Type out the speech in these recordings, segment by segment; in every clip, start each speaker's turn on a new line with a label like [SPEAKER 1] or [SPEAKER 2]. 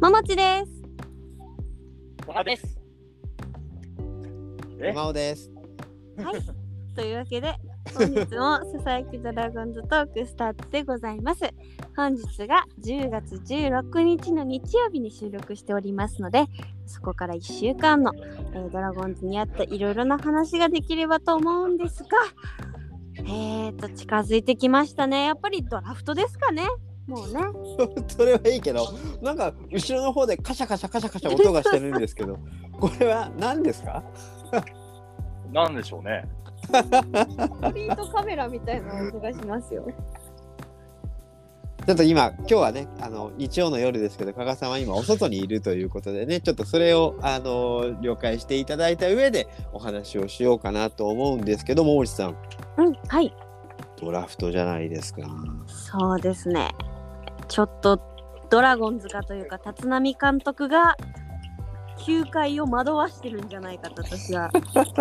[SPEAKER 1] ももちです。
[SPEAKER 2] 小葉です。え
[SPEAKER 3] 真央です。
[SPEAKER 1] というわけで、本日もささやきドラゴンズトークスタートでございます。本日が10月16日の日曜日に収録しておりますので、そこから1週間の、えードラゴンズにあったいろいろな話ができればと思うんですが、えーと、近づいてきましたね。やっぱりドラフトですかね。もうね。
[SPEAKER 3] それはいいけど、なんか後ろの方でカシャカシャカシャカシャ音がしてるんですけど、これは何ですか？
[SPEAKER 2] なんでしょうね。
[SPEAKER 1] スリートカメラみたいな音がしますよ。
[SPEAKER 3] ちょっと今今日はね、あの日曜の夜ですけど、加賀さんは今お外にいるということでね、ちょっとそれをあの了解していただいた上でお話をしようかなと思うんですけど、毛利さん、
[SPEAKER 1] うん、はい。
[SPEAKER 3] ドラフトじゃないですか。
[SPEAKER 1] そうですね。ちょっとドラゴンズがというか立浪監督が球界を惑わしてるんじゃないかと私は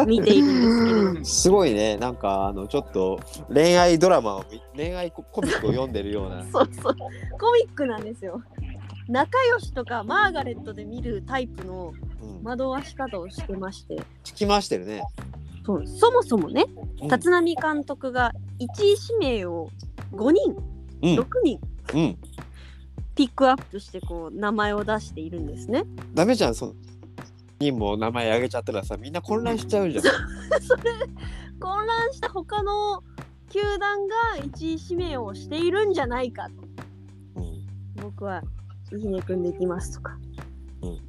[SPEAKER 1] 見ている んですけれども。
[SPEAKER 3] すごいね、なんかあのちょっと恋愛ドラマを見恋愛ココミックを読んでるような。
[SPEAKER 1] そうそうコミックなんですよ。仲良しとかマーガレットで見るタイプの
[SPEAKER 3] うん
[SPEAKER 1] 惑わし方をしてまして
[SPEAKER 3] 聞きましてるね。
[SPEAKER 1] そうそもそもね
[SPEAKER 3] うん
[SPEAKER 1] 立浪監督が1位指名を5人
[SPEAKER 3] うん
[SPEAKER 1] 6人
[SPEAKER 3] うん。
[SPEAKER 1] ピックアップしてこう名前を出しているんですね。
[SPEAKER 3] ダメじゃん、そのにも名前あげちゃったらさ、みんな混乱しちゃうじゃん。
[SPEAKER 1] 混乱した他の球団が1位指名をしているんじゃないかと
[SPEAKER 3] うん
[SPEAKER 1] 僕はいいね組んでいきますとか、
[SPEAKER 3] うん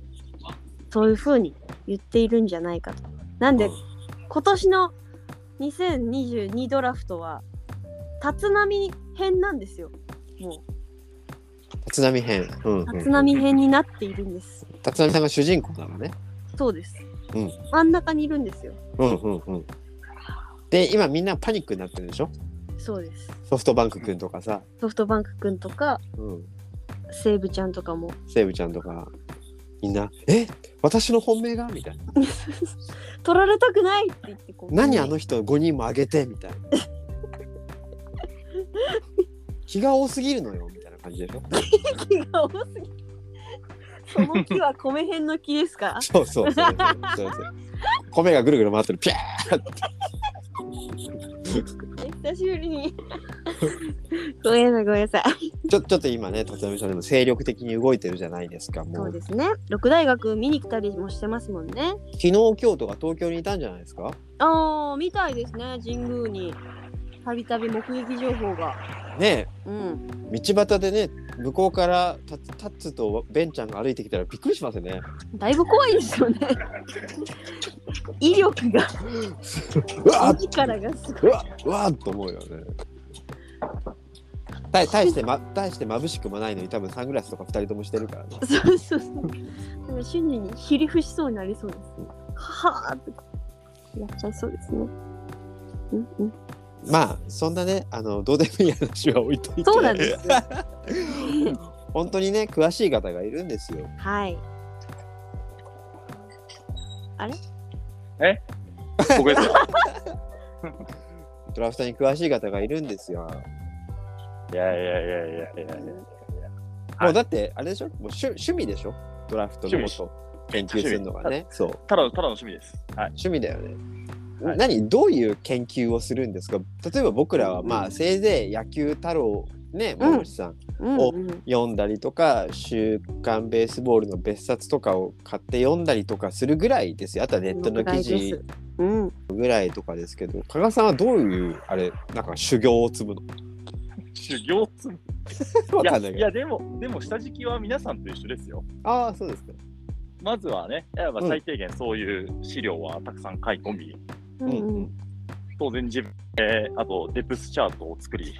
[SPEAKER 1] そういう風に言っているんじゃないかとなんで、今年の2022ドラフトは立浪編なんですよも
[SPEAKER 3] 立浪編。うん
[SPEAKER 1] う立浪編になっているんです、
[SPEAKER 3] 立浪さんが主人公なのね。
[SPEAKER 1] そうです、
[SPEAKER 3] うん
[SPEAKER 1] 真ん中にいるんですよ
[SPEAKER 3] うんうんうん。で、今みんなパニックになってるでしょ
[SPEAKER 1] そうです
[SPEAKER 3] ソフトバンクくんとかさ、
[SPEAKER 1] ソフトバンクくんとか
[SPEAKER 3] うん、
[SPEAKER 1] 西武ちゃんとかも
[SPEAKER 3] 西武ちゃんとか、みんな、え私の本命がみたいな。
[SPEAKER 1] 取られたくないって言ってこう
[SPEAKER 3] 何あの人5人もあげてみたいな。気が多すぎるのよみたいな感じでしょ
[SPEAKER 1] 気が多すぎるその木は米編の木ですか
[SPEAKER 3] そうそうそうそうそう。米がぐるぐる回ってる。ピャーって
[SPEAKER 1] 久しぶりにごめんなさいごめんなさい
[SPEAKER 3] ちょちょっと今ね、立浪さんでも精力的に動いてるじゃないですか。も
[SPEAKER 1] そう
[SPEAKER 3] う
[SPEAKER 1] ですね六大学見に来たりもしてますもんね
[SPEAKER 3] 昨日今日とか東京にいたんじゃないですか。
[SPEAKER 1] ああみたいですね神宮にたびたび目撃情報が
[SPEAKER 3] ね
[SPEAKER 1] うん
[SPEAKER 3] え道端でね向こうからタツタッツとベンちゃんが歩いてきたらびっくりしますよね。
[SPEAKER 1] だいぶ怖いですよ ね威力が
[SPEAKER 3] うわっ
[SPEAKER 1] 力がすごいう
[SPEAKER 3] わっうわっと思うよね。た大してま大して眩しくもないのに多分サングラスとか二人ともしてるからね。
[SPEAKER 1] そうそうそうなんか瞬時にひり伏しそうになりそうですはあってやっちゃいそうですねうんうん
[SPEAKER 3] まあそんなねあのどうでもいい話は置いといて。
[SPEAKER 1] そうなんですよ。
[SPEAKER 3] 本当にね詳しい方がいるんですよ。
[SPEAKER 1] はい。
[SPEAKER 2] 僕ですよ。
[SPEAKER 3] ドラフトに詳しい方がいるんですよ。
[SPEAKER 2] いやいやいやいやいやいや。はい
[SPEAKER 3] もうだってあれでしょもう趣趣味でしょドラフトのこと研究するのがねそう
[SPEAKER 2] ただただの趣味です。はい。
[SPEAKER 3] 趣味だよね、
[SPEAKER 2] はい
[SPEAKER 3] 何どういう研究をするんですか例えば僕らはまあ、
[SPEAKER 1] う
[SPEAKER 3] せいぜい野球太郎ね
[SPEAKER 1] うん
[SPEAKER 3] 森口さん、
[SPEAKER 1] うん、
[SPEAKER 3] お
[SPEAKER 1] うん。
[SPEAKER 3] 読んだりとか「週刊ベースボール」の別冊とかを買って読んだりとかするぐらいですよあとはネットの記事
[SPEAKER 1] うん。
[SPEAKER 3] ぐらいとかですけど加賀さんはどういうあれなんか修行を積むの
[SPEAKER 2] 修行つい
[SPEAKER 3] わ
[SPEAKER 2] や
[SPEAKER 3] かんない
[SPEAKER 2] い
[SPEAKER 3] けど
[SPEAKER 2] やでもでも下敷きは皆さんと一緒ですよ。
[SPEAKER 3] ああそうですか
[SPEAKER 2] まずはね、やっぱ
[SPEAKER 3] うん
[SPEAKER 2] 最低限そういう資料はたくさん買い込み、
[SPEAKER 1] う
[SPEAKER 3] うん
[SPEAKER 1] ん
[SPEAKER 3] う
[SPEAKER 1] うんん。
[SPEAKER 2] 当然自分えーあとデプスチャートを作り、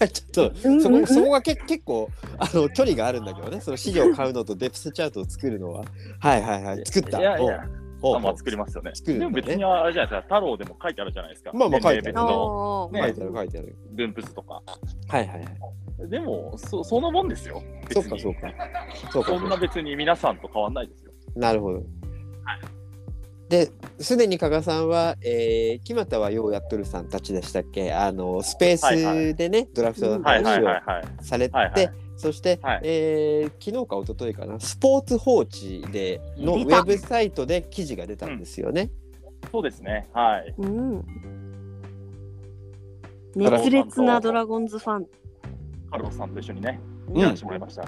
[SPEAKER 3] ちょっと
[SPEAKER 1] うん
[SPEAKER 3] そ
[SPEAKER 1] うんう
[SPEAKER 3] こ
[SPEAKER 1] ん
[SPEAKER 3] そこがけ結構あの距離があるんだけどね、その資料を買うのとデプスチャートを作るのは。はいはいはい、作った。
[SPEAKER 2] いやいや、
[SPEAKER 3] おうおう
[SPEAKER 2] まあ作りますよね。
[SPEAKER 3] 作るん
[SPEAKER 2] で
[SPEAKER 3] だ
[SPEAKER 2] も
[SPEAKER 3] ね
[SPEAKER 2] 別にあれじゃないですか、太郎でも書いてあるじゃないですか。
[SPEAKER 3] まあまあ書いてあ
[SPEAKER 2] 年齢別
[SPEAKER 3] る
[SPEAKER 2] の
[SPEAKER 1] おー
[SPEAKER 2] ね
[SPEAKER 3] 書いてある書いてある。
[SPEAKER 2] 分布図とか。
[SPEAKER 3] はいはいはい。
[SPEAKER 2] でもそそのもんですよ。別
[SPEAKER 3] そ
[SPEAKER 2] に
[SPEAKER 3] っかそっか。そうかそ
[SPEAKER 2] そんな
[SPEAKER 3] うか。
[SPEAKER 2] 別に皆さんと変わんないですよ。
[SPEAKER 3] なるほど。で、すでに加賀さんは、えー、木俣はようやっとるさんたちでしたっけあの、スペースでね、ドラフトの
[SPEAKER 2] はいはい
[SPEAKER 3] 話
[SPEAKER 2] は
[SPEAKER 3] を
[SPEAKER 2] いはい。
[SPEAKER 3] されて、
[SPEAKER 2] はいはい
[SPEAKER 3] そして、
[SPEAKER 2] はい
[SPEAKER 3] えー昨日か一昨日かなスポーツ報知でのウ
[SPEAKER 1] 出た
[SPEAKER 3] ェブサイトで記事が出たんですよね。
[SPEAKER 2] そうですね。はい。
[SPEAKER 1] うん。
[SPEAKER 3] ドラ
[SPEAKER 1] 熱烈なドラゴンズファ ン。
[SPEAKER 2] カルロスさんと一緒にね、
[SPEAKER 3] うん
[SPEAKER 2] やらせてもらいました。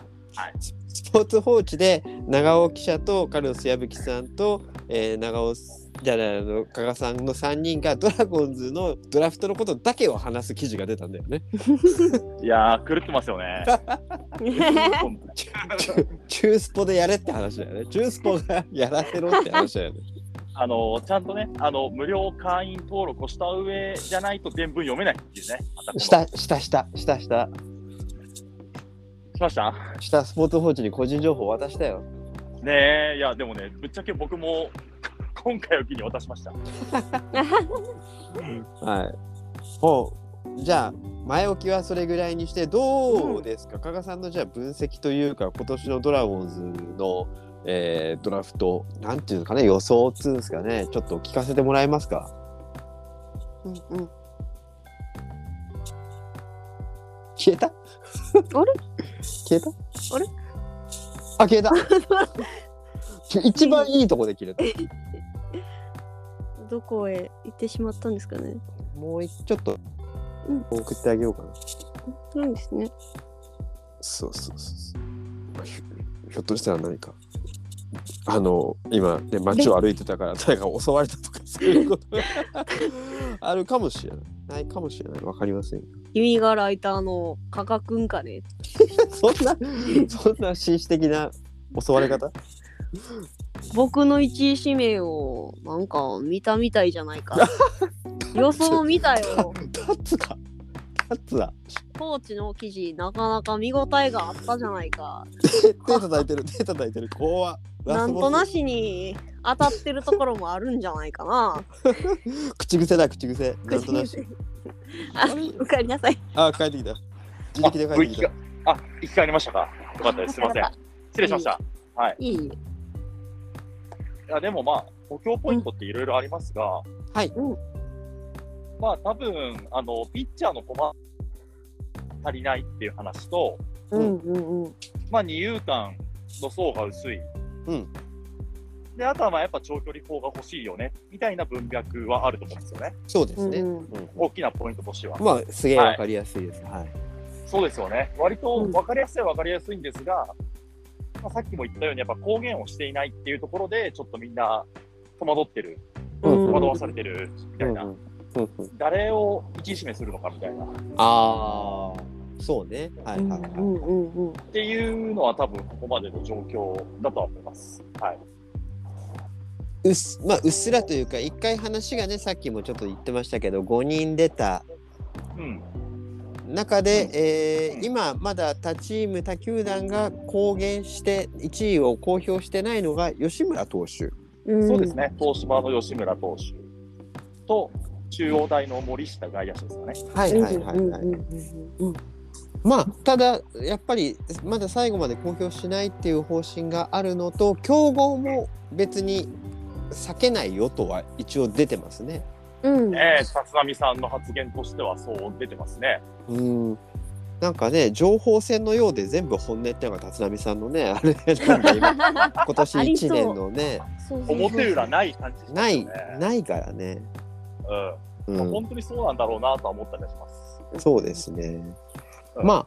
[SPEAKER 3] スポーツ報知で長尾記者とカルロス矢吹さんと、えー長尾じゃないあの加賀さんの3人がドラゴンズのドラフトのことだけを話す記事が出たんだよね。
[SPEAKER 2] いやー、狂ってますよね。本当に
[SPEAKER 3] 中スポでやれって話だよね。中スポがやらせろって話だよね。
[SPEAKER 2] あのちゃんとね、あの無料会員登録をした上じゃないと全文読めないっていうね。私も
[SPEAKER 3] 下下下下下
[SPEAKER 2] しました
[SPEAKER 3] 下スポーツ報知に個人情報渡したよ。
[SPEAKER 2] ねえ、いや、でもね、ぶっちゃけ僕も今回を機に渡しました。
[SPEAKER 3] はい。ほう。じゃあ、前置きはそれぐらいにして、どうですか、加賀さんのじゃあ分析というか、今年のドラゴンズの、えードラフト、なんていうのかね、予想っつうんですかね、ちょっと聞かせてもらえますか。
[SPEAKER 1] うんうん
[SPEAKER 3] 消えた
[SPEAKER 1] あれ
[SPEAKER 3] 消えた
[SPEAKER 1] あれ
[SPEAKER 3] あ、消えた一番いいとこで切れた。
[SPEAKER 1] どこへ行ってしまったんですかね。
[SPEAKER 3] もう一ちょっと
[SPEAKER 1] うん
[SPEAKER 3] 送ってあげようかな。
[SPEAKER 1] そうですね。
[SPEAKER 3] そうそうそうそうひょひょっとしたら何かあの今ね街を歩いてたから誰か襲われたとかそういうこと あるかもしれないないかもしれないわかりません
[SPEAKER 1] 君がライターの加賀くんかね。
[SPEAKER 3] そんなそんな紳士的な襲われ方
[SPEAKER 1] 僕の一位指名をなんか見たみたいじゃない か。予想見たよ。
[SPEAKER 3] タッツかタッツだ
[SPEAKER 1] コーチの記事なかなか見応えがあったじゃないか。
[SPEAKER 3] 手手叩いてる手叩いてる怖
[SPEAKER 1] なんとな
[SPEAKER 3] し
[SPEAKER 1] しに当たってるところもあるんじゃないかな。
[SPEAKER 3] 口癖だ口癖なんとなし
[SPEAKER 1] あ、おかえりなさい。
[SPEAKER 3] あ帰ってきた自力で帰
[SPEAKER 2] あ
[SPEAKER 3] ってきた
[SPEAKER 2] あ、生き返りましたか。よかったです。すみません。失礼しました。
[SPEAKER 1] いい。
[SPEAKER 2] いや、でもまあ、補強ポイントっていろいろありますが、
[SPEAKER 3] はい
[SPEAKER 2] まあ、多分、あの、ピッチャーの駒足りないっていう話と、
[SPEAKER 1] うんうんうん。
[SPEAKER 2] まあ、二遊間の層が薄い。
[SPEAKER 3] うん
[SPEAKER 2] で、あとはまあ、やっぱ長距離砲が欲しいよね、みたいな文脈はあると思うんですよね。
[SPEAKER 3] そうですね、
[SPEAKER 1] うん
[SPEAKER 3] うん
[SPEAKER 2] 大きなポイントとしては。
[SPEAKER 3] まあすげえわかりやすいです、はい
[SPEAKER 2] そうですよね。割と分かりやすいは分かりやすいんですが、まあ、さっきも言ったように、やっぱ公言をしていないっていうところで、ちょっとみんな戸惑ってる、
[SPEAKER 1] うん
[SPEAKER 2] 戸惑わされてるみたいな、
[SPEAKER 3] うんうんうん
[SPEAKER 2] 誰を一位指名するのかみたいな、っ
[SPEAKER 3] ああ、そうね。はいはいはい。
[SPEAKER 1] うんうんうんうん。
[SPEAKER 2] ていうのは、多分ここまでの状況だとは思います。はい、
[SPEAKER 3] うっすまあ、うっすらというか、一回話がね、さっきもちょっと言ってましたけど、5人出た
[SPEAKER 2] うん、
[SPEAKER 3] 中で、え
[SPEAKER 2] う
[SPEAKER 3] ー
[SPEAKER 2] ん
[SPEAKER 3] 今まだ他チーム、他球団が公言して、1位を公表してないのが吉村投手。
[SPEAKER 1] うん
[SPEAKER 2] そうです。ね、東芝の吉村投手と、中央大の森下外野手ですかね。
[SPEAKER 3] はいはいはい
[SPEAKER 1] うんうん
[SPEAKER 3] はい。
[SPEAKER 1] うんうん
[SPEAKER 3] まあ、ただ、やっぱり、まだ最後まで公表しないっていう方針があるのと、競合も別に避けないよとは一応出てますね。
[SPEAKER 1] うん。うん。
[SPEAKER 2] ねえ、立浪さんの発言としては、そう出てますね。
[SPEAKER 3] うんなんかね情報戦のようで全部本音っていうのが立浪さんのねあ れなんか今今年
[SPEAKER 1] ありそう
[SPEAKER 3] 1年のね
[SPEAKER 1] そうそうそう
[SPEAKER 2] 表裏ない感じですよね。
[SPEAKER 3] ないないからね、
[SPEAKER 2] うん
[SPEAKER 3] う
[SPEAKER 2] まあ
[SPEAKER 3] ん、
[SPEAKER 2] 本当にそうなんだろうなとは思ったりはします。
[SPEAKER 3] そうですね
[SPEAKER 2] うん
[SPEAKER 3] まあ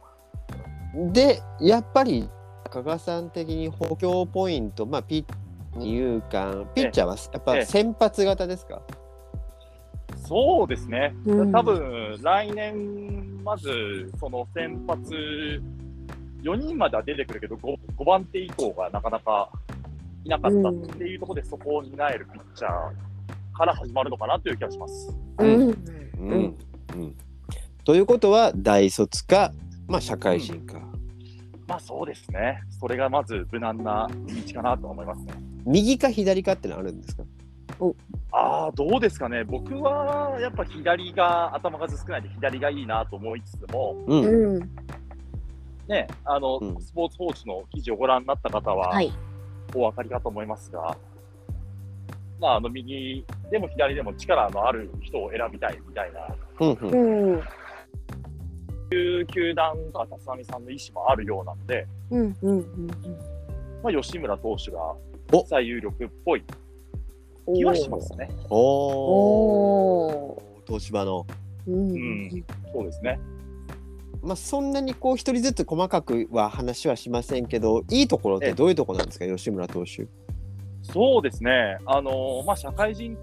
[SPEAKER 3] でやっぱり加賀さん的に補強ポイントまあピッいうかピッチャーはやっ
[SPEAKER 2] え
[SPEAKER 3] ぱ
[SPEAKER 2] え
[SPEAKER 3] 先発型ですか、
[SPEAKER 2] そうですね、
[SPEAKER 1] うん
[SPEAKER 2] 多分来年、まずその先発、4人までは出てくるけど5、5番手以降がなかなかいなかったっていうところで、そこを担えるピッチャーから始まるのかなという気がします。
[SPEAKER 1] うん。
[SPEAKER 3] うん
[SPEAKER 1] うん
[SPEAKER 3] うんということは大卒か、まあ、社会人か、
[SPEAKER 2] まあそうですね、それがまず無難な道かなと思いますね。
[SPEAKER 3] 右か左かってのあるんですか
[SPEAKER 2] ああ、どうですかね、僕はやっぱ左が頭数少ないんで、左がいいなと思いつつも、
[SPEAKER 3] うん、
[SPEAKER 1] うん。
[SPEAKER 2] ね、あの、
[SPEAKER 3] うん
[SPEAKER 2] スポーツ報知の記事をご覧になった方は、
[SPEAKER 1] はい。
[SPEAKER 2] お分かりかと思いますが、まあ、あの右でも左でも力のある人を選びたいみたいな
[SPEAKER 3] うんうん
[SPEAKER 1] うん。
[SPEAKER 2] いう球団が立浪さんの意思もあるようなので、
[SPEAKER 1] うんうんうん
[SPEAKER 2] まあ、吉村投手が
[SPEAKER 3] お
[SPEAKER 2] 最有力っぽい
[SPEAKER 1] うん。
[SPEAKER 2] 気はしますね。
[SPEAKER 3] お
[SPEAKER 1] お
[SPEAKER 3] お東芝の
[SPEAKER 1] うん
[SPEAKER 2] うんそうですね。
[SPEAKER 3] まあそんなにこう一人ずつ細かくは話はしませんけどいいところっ
[SPEAKER 2] え
[SPEAKER 3] て
[SPEAKER 2] え
[SPEAKER 3] どういうところなんですか吉村投手
[SPEAKER 2] そうですね。あの、まあ、社会人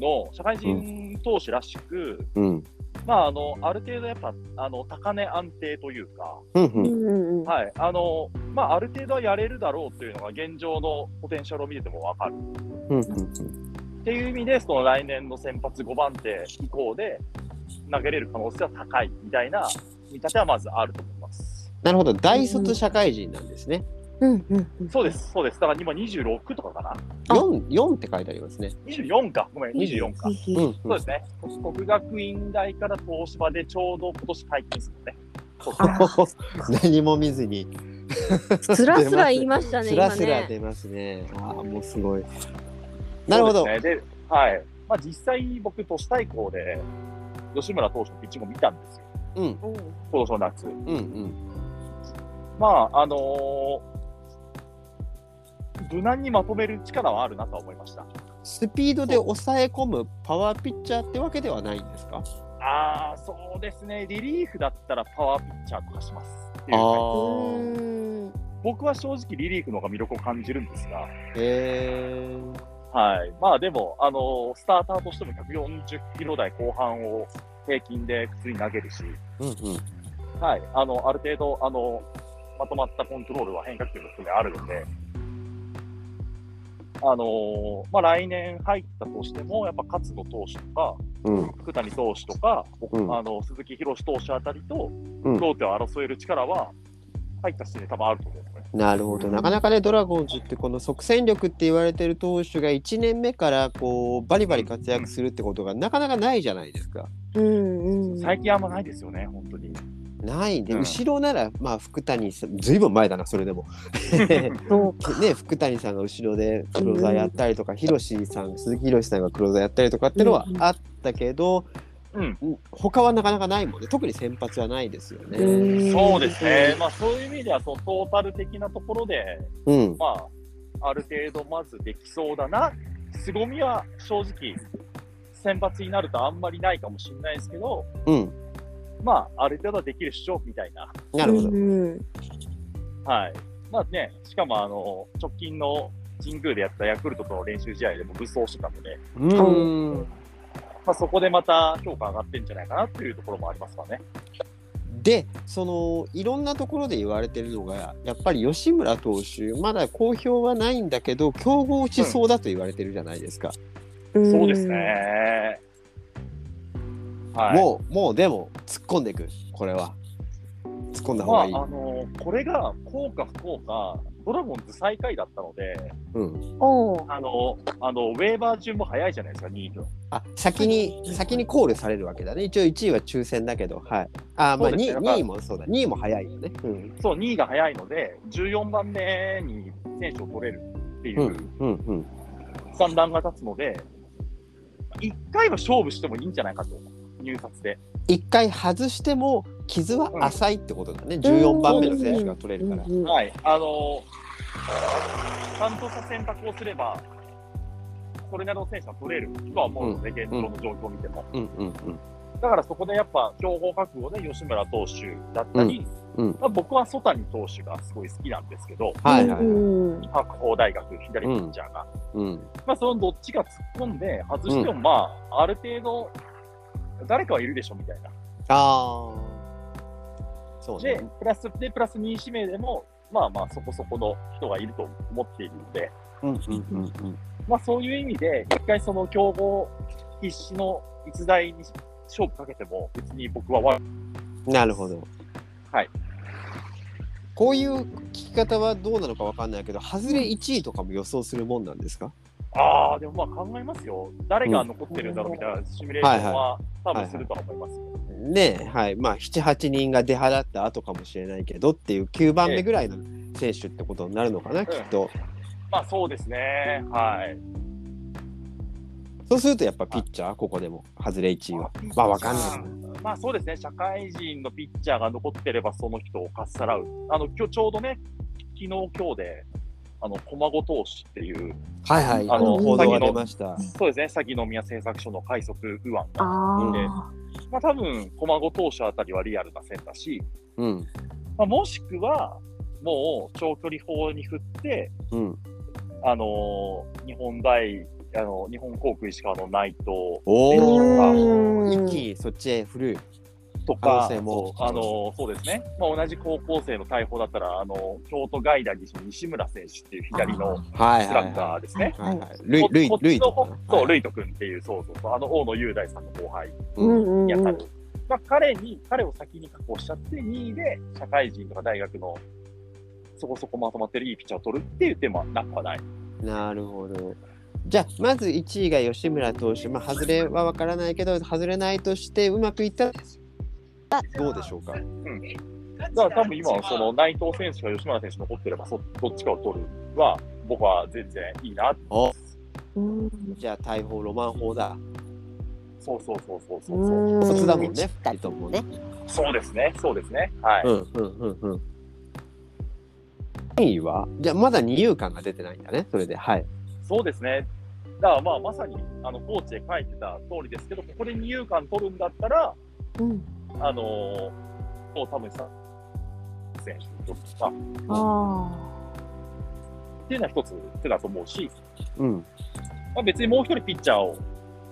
[SPEAKER 2] の、社会人投手らしく、
[SPEAKER 3] うん
[SPEAKER 2] まあ、あの、ある程度やっぱ、あの、高値安定というか、
[SPEAKER 3] うん
[SPEAKER 1] う
[SPEAKER 3] うん
[SPEAKER 1] んうんうん。
[SPEAKER 2] はい、あの、まあ、ある程度はやれるだろうというのが現状のポテンシャルを見ててもわかる。
[SPEAKER 3] うんうん
[SPEAKER 2] っていう意味で、その来年の先発5番手以降で投げれる可能性は高いみたいな見立てはまずあると思います。
[SPEAKER 3] なるほど大卒社会人なんですね
[SPEAKER 1] うんうんうん。
[SPEAKER 2] そうです、そうです。だから今26とかかな
[SPEAKER 1] あ
[SPEAKER 3] 4四って書いてありますね
[SPEAKER 2] ?24 か。ごめん、24か。
[SPEAKER 3] うんうん
[SPEAKER 2] そうですね。国学院大から東芝でちょうど今年解禁するのね。そう ですね。
[SPEAKER 1] あ
[SPEAKER 3] 何も見ずに
[SPEAKER 1] すらすら言いましたね。
[SPEAKER 3] ス
[SPEAKER 1] 今
[SPEAKER 3] ラ
[SPEAKER 1] ね
[SPEAKER 3] スラ出ますねああもうすごいなるほど
[SPEAKER 2] そうですね、で、はい。まあ実際僕都市対抗で吉村投手のピッチングを見たんですよ。
[SPEAKER 3] うん
[SPEAKER 1] おう
[SPEAKER 2] 今年の夏。
[SPEAKER 3] うんうん
[SPEAKER 2] まあ、あのー無難にまとめる力はあるなとは思いました。
[SPEAKER 3] スピードで抑え込むパワーピッチャーってわけではないんですか
[SPEAKER 2] ああ、そうですね、リリーフだったらパワーピッチャーとかしますっていうね
[SPEAKER 3] ああ
[SPEAKER 1] うん
[SPEAKER 2] 僕は正直、リリーフの方が魅力を感じるんですが、
[SPEAKER 3] へえ
[SPEAKER 2] はいまあ、でも、あのスターターとしても140キロ台後半を平均で普通に投げるし、
[SPEAKER 3] うんうん
[SPEAKER 2] はい、あのある程度あの、まとまったコントロールは変化球も含めあるので。あのまあ、来年入ったとしても、やっぱ勝野投手とか、
[SPEAKER 3] うん
[SPEAKER 2] 福谷投手とか、
[SPEAKER 3] うん
[SPEAKER 2] あの鈴木博士投手あたりと、
[SPEAKER 3] うん
[SPEAKER 2] ローテを争える力は入った時点で多分あると思うんですよね。
[SPEAKER 3] なるほど、なかなかね、ドラゴンズってこの即戦力って言われてる投手が1年目からこうバリバリ活躍するってことがなかなかないじゃないですか。
[SPEAKER 1] うんうん。
[SPEAKER 2] 最近あんまないですよね、本当に。
[SPEAKER 3] ないんで、
[SPEAKER 2] うん
[SPEAKER 3] 後ろなら、まあ、福谷さん、ずいぶん前だな、それ でも。
[SPEAKER 1] そう
[SPEAKER 3] ね、福谷さんが後ろで黒座やったりとか、ヒロシさん、鈴木ヒロシさんが黒座やったりとかってのはあったけど、
[SPEAKER 2] うん、
[SPEAKER 3] うん他はなかなかないもんね、特に先発はないですよね。
[SPEAKER 1] ん
[SPEAKER 2] そうですね、まあ、そういう意味ではそのトータル的なところで、
[SPEAKER 3] うん、
[SPEAKER 2] まあ、ある程度まずできそうだな、凄みは正直、選抜になるとあんまりないかもしれないですけど、
[SPEAKER 3] うん、
[SPEAKER 2] まあ、ある程度はできるっしょみたいな、
[SPEAKER 3] なるほど
[SPEAKER 1] う。ん
[SPEAKER 2] はいまあね、しかもあの直近の神宮でやったヤクルトとの練習試合でも武装してたので。
[SPEAKER 3] うん
[SPEAKER 2] まあ、そこでまた評価上がってんじゃないかなというところもありますからね。
[SPEAKER 3] でそのいろんなところで言われてるのがやっぱり吉村投手まだ公表はないんだけど競合しそうだと言われてるじゃないですか、
[SPEAKER 1] うん。
[SPEAKER 2] そうですね。はい。
[SPEAKER 3] もうもうでも突っ込んでいくこれは突っ込んだ方
[SPEAKER 2] まあ、
[SPEAKER 3] が
[SPEAKER 2] あ
[SPEAKER 3] いい、
[SPEAKER 2] のこれが、効果不効果、ドラゴンズ最下位だったので、
[SPEAKER 3] うん、
[SPEAKER 1] おう。
[SPEAKER 2] あの、あの、ウェーバー順も早いじゃないですか、2位の。
[SPEAKER 3] あ先に先にコールされるわけだね一応1位は抽選だけどはいあ
[SPEAKER 2] そ
[SPEAKER 3] まあ
[SPEAKER 2] うですねだか
[SPEAKER 3] 2,
[SPEAKER 2] ら
[SPEAKER 3] 2位もそうだ2位も早いよねうん
[SPEAKER 2] そう、2位が早いので、14番目に選手を取れるってい
[SPEAKER 3] うん
[SPEAKER 2] う
[SPEAKER 3] うんうん
[SPEAKER 2] 算段が立つので、1回は勝負してもいいんじゃないかと、入札で。
[SPEAKER 3] 1回外しても傷は浅いってことだね、14番目の選手が取れるから、
[SPEAKER 1] うんうん
[SPEAKER 2] はい、あのちゃんとした選択をすれば、それなりの選手は取れるとは思うので、現状の状況を見ても。
[SPEAKER 3] うんうんうん
[SPEAKER 2] だからそこでやっぱ、強豪覚悟で吉村投手だったり、
[SPEAKER 3] うんうん
[SPEAKER 2] まあ、僕は曽谷投手がすごい好きなんですけど、
[SPEAKER 3] はいはい、はい、
[SPEAKER 1] うん
[SPEAKER 2] 白鵬大学、左ピッチャーが。
[SPEAKER 3] うん
[SPEAKER 2] まあ、そのどっちが突っ込んで、外しても、まあ、ある程度、誰かはいるでしょみたいな。
[SPEAKER 3] ああ。そう
[SPEAKER 2] で
[SPEAKER 3] ね。、
[SPEAKER 2] プラス、で、プラス2位指名でも、まあまあ、そこそこの人がいると思っているので、
[SPEAKER 3] うんうんうんうん。
[SPEAKER 2] まあ、そういう意味で、一回その競合必至の逸材に勝負かけても、別に僕は悪い。
[SPEAKER 3] なるほど。
[SPEAKER 2] はい。
[SPEAKER 3] こういう聞き方はどうなのかわかんないけど、外れ1位とかも予想するもんなんですか
[SPEAKER 2] ああ、でもまあ考えますよ。誰が残ってるんだろうみたいなシミュレーションは多分するとは思いますよ。
[SPEAKER 3] ねえ、はい。まあ、7、8人が出払った後かもしれないけどっていう9番目ぐらいの選手ってことになるのかな、きっと。
[SPEAKER 2] まあそうですね。はい。
[SPEAKER 3] そうするとやっぱピッチャー、ここでも、外れ1位は。まあ、わかんない。
[SPEAKER 2] まあそうですね、社会人のピッチャーが残ってればその人をかっさらう。あの、今日ちょうどね、昨日今日で、あの、駒子投手っていう、
[SPEAKER 3] はいはい。
[SPEAKER 2] あの
[SPEAKER 3] 報道が出ました。
[SPEAKER 2] そうですね、先の宮製作所の快速右腕が、
[SPEAKER 1] あ
[SPEAKER 2] まあ多分、駒子投手あたりはリアルな線だし、
[SPEAKER 3] うん。
[SPEAKER 2] まあ、もしくは、もう長距離砲に振って、
[SPEAKER 3] うん。
[SPEAKER 2] あのー日本大、あの日本航空石川の内藤
[SPEAKER 1] ー
[SPEAKER 3] おお。
[SPEAKER 1] う
[SPEAKER 3] 一
[SPEAKER 1] ん
[SPEAKER 3] 気にそっちへ振る。
[SPEAKER 2] と
[SPEAKER 3] 可
[SPEAKER 2] か、
[SPEAKER 3] 能性も
[SPEAKER 2] あのそうですね、まあ、同じ高校生の大砲だったら、あの京都外大西西村選手っていう左の
[SPEAKER 3] はい
[SPEAKER 2] ス
[SPEAKER 3] は
[SPEAKER 2] ラ
[SPEAKER 3] い
[SPEAKER 2] ッガ
[SPEAKER 3] は
[SPEAKER 2] ーですね。
[SPEAKER 3] い。はいはい。ルイ、ルイ
[SPEAKER 2] こ、
[SPEAKER 3] ルイ
[SPEAKER 2] こ
[SPEAKER 3] と
[SPEAKER 2] っちの方
[SPEAKER 3] かな。
[SPEAKER 2] そう、
[SPEAKER 3] はい
[SPEAKER 2] ルイト君っていう、そうそうそう、あの大野雄大さんの後輩
[SPEAKER 1] うん
[SPEAKER 3] うん
[SPEAKER 1] うん
[SPEAKER 2] に
[SPEAKER 1] う
[SPEAKER 2] あた
[SPEAKER 1] ん
[SPEAKER 2] る。まあ、彼に、彼を先に確保しちゃって、2位で社会人とか大学のそこそこまとまってるいいピッチャーを取るっていう手もなくはない。
[SPEAKER 3] なるほど。じゃあまず1位が吉村投手、まあ、外れは分からないけど外れないとしてうまくいったどうでしょうか
[SPEAKER 2] だから多分今、その内藤選手か吉村選手残ってれば、そどっちかを取るは、僕は全然いいな。
[SPEAKER 1] うん
[SPEAKER 3] じゃあ大砲ロマン砲だ
[SPEAKER 2] そうそうそうそうそうそう。
[SPEAKER 1] うん
[SPEAKER 3] 卒だもんね2人ともね
[SPEAKER 2] そうですね、そうですね。はい。
[SPEAKER 3] うんうんうんうん2位はじゃあまだ二遊間が出てないんだねそれではい
[SPEAKER 2] そうですね。だからまあまさにあのコーチで書いてた通りですけど、ここで二遊間取るんだったら、
[SPEAKER 1] うん
[SPEAKER 2] あのー、そう多分さ、選手とかっ
[SPEAKER 1] あ
[SPEAKER 2] ていうのは一つ手だと思うし、
[SPEAKER 3] うん
[SPEAKER 2] まあ、別にもう一人ピッチャーを、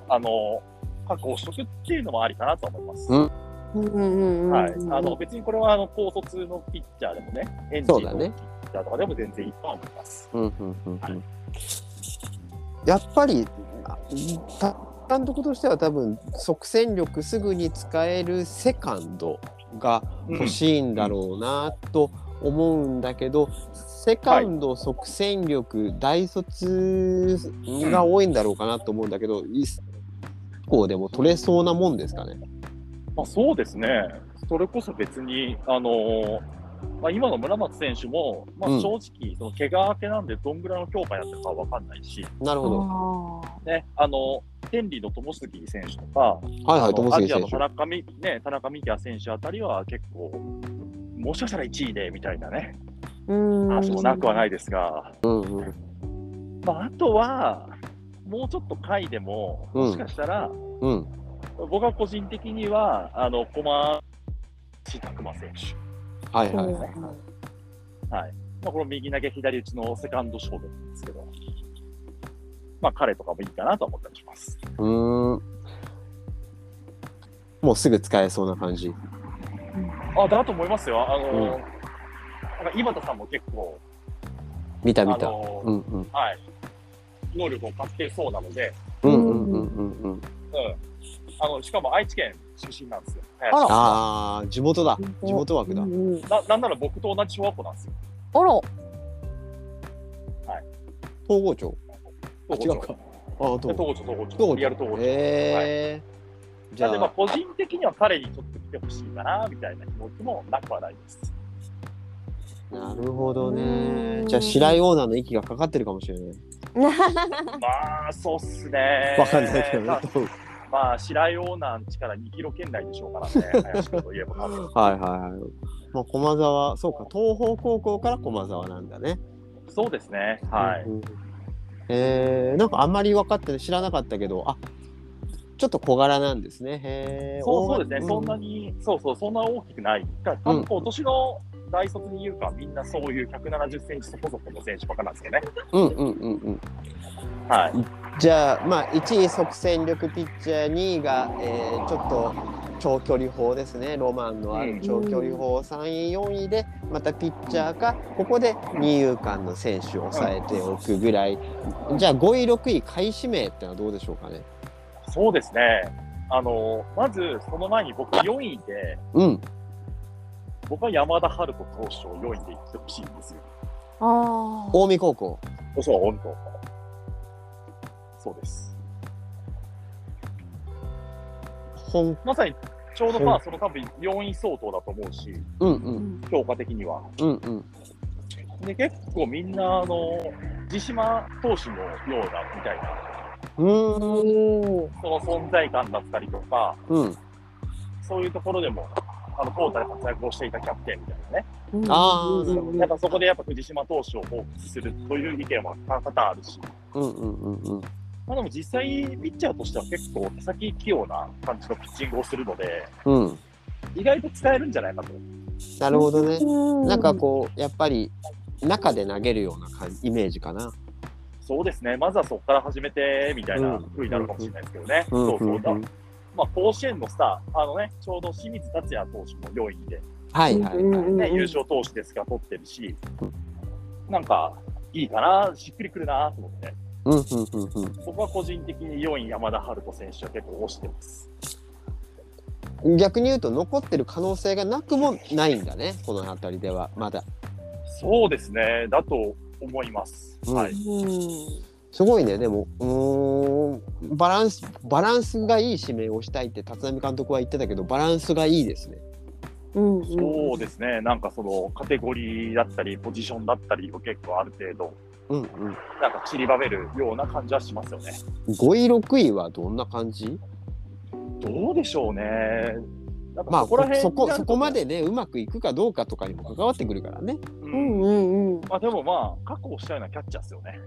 [SPEAKER 2] あのー確保しとくっていうのもありかなと思います。
[SPEAKER 3] うん
[SPEAKER 1] ーうんうんうんうん
[SPEAKER 2] はい、あの別にこれはあの高卒のピッチャーでもね、エンジンの
[SPEAKER 3] そう
[SPEAKER 2] ピ
[SPEAKER 3] だね
[SPEAKER 2] ッチャーとかでも全然いいとは思います。
[SPEAKER 3] うんうんうんうんやっぱりた監督としては多分即戦力すぐに使えるセカンドが欲しいんだろうなと思うんだけど、セカンド即戦力、大卒が多いんだろうかなと思うんだけど、いこうでも取れそうなもんですかね。
[SPEAKER 2] まあ、そうですね、それこそ別に、あのーまあ、今の村松選手も、まあ、
[SPEAKER 3] うん
[SPEAKER 2] 正直、その怪我明けなんで、どんぐらいの強化やってるかは分かんないし、
[SPEAKER 3] なるほど。
[SPEAKER 1] あ
[SPEAKER 2] ねあの天理の友杉選手とか、
[SPEAKER 3] はいは
[SPEAKER 2] あ
[SPEAKER 3] い、友
[SPEAKER 2] のア
[SPEAKER 3] 杉
[SPEAKER 2] ジア
[SPEAKER 3] 選
[SPEAKER 2] の
[SPEAKER 3] 手
[SPEAKER 2] 田。中,、ね、田中美希選手あたりは結構、もしかしたら1位でみたいなね、
[SPEAKER 1] ーうん
[SPEAKER 2] 話もなくはないですが、
[SPEAKER 3] うんうん
[SPEAKER 2] まあ、あとは、もうちょっと回でも、
[SPEAKER 3] うん
[SPEAKER 2] もしかしたら、
[SPEAKER 3] うん。
[SPEAKER 2] 僕は個人的には、あの駒内拓磨選手。
[SPEAKER 3] はいはい
[SPEAKER 1] うん
[SPEAKER 3] はい。
[SPEAKER 2] はいまあ、この右投げ左打ちのセカンドショートなんですけど、まあ、彼とかもいいかなと思ったりします。
[SPEAKER 3] うーん。もうすぐ使えそうな感じ。
[SPEAKER 2] あだと思いますよ。あのーなんか井端さんも結構、
[SPEAKER 3] 見た
[SPEAKER 2] あ
[SPEAKER 3] 見た。
[SPEAKER 2] のー
[SPEAKER 3] うんうん
[SPEAKER 2] はい、能力を買ってそうなので、
[SPEAKER 3] うんうんうんうんうん。
[SPEAKER 2] うん、あのしかも愛知県出身なんですよ。
[SPEAKER 1] ら
[SPEAKER 3] ああ、地元だ。地元枠だ。
[SPEAKER 1] うんうん
[SPEAKER 2] ななんなら僕と同じ小学校なんですよ。
[SPEAKER 1] あら
[SPEAKER 3] 東郷町。あ違
[SPEAKER 2] 東郷
[SPEAKER 3] うか。ああ、
[SPEAKER 2] 町
[SPEAKER 3] 東
[SPEAKER 2] 東
[SPEAKER 3] 郷。
[SPEAKER 2] 郷町、東
[SPEAKER 3] 東
[SPEAKER 2] 郷
[SPEAKER 3] 郷
[SPEAKER 2] 町、リアル東郷町。
[SPEAKER 3] へえ。じ
[SPEAKER 2] なんで、まあ、
[SPEAKER 3] ゃ
[SPEAKER 2] 個人的には彼にちょっと来てほしいかな、みたいな気持ちもなくはないです。
[SPEAKER 3] あ、なるほどね
[SPEAKER 1] う。ん
[SPEAKER 3] じゃあ白井オーナーの息がかかってるかもしれない。
[SPEAKER 2] まあ、そうっすね。
[SPEAKER 3] わかんないけ どね。
[SPEAKER 2] まあ、白井オーナーの地から2キロ圏内でしょうからね、林くんといえば多分。
[SPEAKER 3] はいはいはい。まあ駒沢、そうか、東邦高校から駒沢なんだね。
[SPEAKER 2] そうですね、はい。
[SPEAKER 3] うん。えー、なんかあんまり分かってない知らなかったけど、あちょっと小柄なんですね。へえ。
[SPEAKER 2] そうそうですね、
[SPEAKER 3] 大
[SPEAKER 2] そんなに、そうそう、そんな大きくない。だから多分今年の大卒に言うか、みんなそういう170センチそこそこの選手ばっかなんですけどね。
[SPEAKER 3] うんうんうんうん。
[SPEAKER 2] はい。
[SPEAKER 3] じゃあ、まあ、1位即戦力ピッチャー2位が、えーちょっと長距離砲ですねロマンのあ
[SPEAKER 2] う
[SPEAKER 3] る
[SPEAKER 2] ん
[SPEAKER 3] 長距離砲3位4位でまたピッチャーかここで二遊間の選手を抑えておくぐらいじゃあ5位6位買い指名ってのはどうでしょうかね
[SPEAKER 2] そうですね、あの、まず、その前に僕4位で、
[SPEAKER 3] うん
[SPEAKER 2] 僕は山田春子投手を4位で行ってほしいんですよ。
[SPEAKER 1] あー
[SPEAKER 3] 近江高校
[SPEAKER 2] そう、本当。そうです。
[SPEAKER 3] 本
[SPEAKER 2] まさにちょうどまあその多分4位相当だと思うし、
[SPEAKER 3] うんう
[SPEAKER 1] うんん
[SPEAKER 2] 評価的には。
[SPEAKER 3] うんうん
[SPEAKER 2] で、結構みんな、あの、自島投手のようだみたいな、
[SPEAKER 3] うーん
[SPEAKER 1] おー
[SPEAKER 2] その存在感だったりとか、
[SPEAKER 3] うん
[SPEAKER 2] そういうところでも、あの、トータル活躍をしていたキャプテンみたいなね。
[SPEAKER 1] うん
[SPEAKER 3] あー
[SPEAKER 1] うんうん
[SPEAKER 2] やっぱそこでやっぱ藤島投手を放棄するという意見は多々あるし、
[SPEAKER 3] うんうんうんうん。
[SPEAKER 2] まあ、でも実際、ピッチャーとしては結構手先器用な感じのピッチングをするので、
[SPEAKER 3] うん。
[SPEAKER 2] 意外と使えるんじゃないかと。
[SPEAKER 3] なるほどね。
[SPEAKER 1] うん
[SPEAKER 3] なんかこう、やっぱり中で投げるような感じイメージかな。
[SPEAKER 2] そうですね、まずはそこから始めてみたいな風になるかもしれないですけどね、
[SPEAKER 3] うん
[SPEAKER 2] そうそう
[SPEAKER 3] うんうん
[SPEAKER 2] まあ、甲子園のスター、あのね、ちょうど清水達也投手も4位で、
[SPEAKER 3] はいはい
[SPEAKER 1] うんう
[SPEAKER 3] は
[SPEAKER 1] ん
[SPEAKER 3] い。
[SPEAKER 1] うん
[SPEAKER 2] ね優勝投手ですが、取ってるし、なんかいいかな、しっくりくるなと思って、ね、
[SPEAKER 3] うんうんうん
[SPEAKER 2] そこは個人的に4位、山田陽翔選手は結構推してます。
[SPEAKER 3] うん。逆に言うと残ってる可能性がなくもないんだね。この辺りではまだ。
[SPEAKER 2] そうですね、だと思います。
[SPEAKER 3] うん
[SPEAKER 2] はい
[SPEAKER 3] すごいね。でもうーんバランスバランスがいい指名をしたいって立浪監督は言ってたけどバランスがいいですね。
[SPEAKER 1] うんうんうん
[SPEAKER 2] そうですね、なんかそのカテゴリーだったり、ポジションだったりを結構ある程度、
[SPEAKER 3] うんうん。
[SPEAKER 2] なんか散りばめるような感じはしますよね。
[SPEAKER 3] 5位6位はどんな感じ？
[SPEAKER 2] どうでしょうね、なん
[SPEAKER 3] ま
[SPEAKER 2] か
[SPEAKER 3] あ
[SPEAKER 2] そこら辺
[SPEAKER 3] そこ
[SPEAKER 2] になると
[SPEAKER 3] そこまでねうまくいくかどうかとかにも関わってくるからね。
[SPEAKER 2] う
[SPEAKER 1] うんんうんうん
[SPEAKER 2] まあ、でもまあ、確保したようなキャッチャーですよね。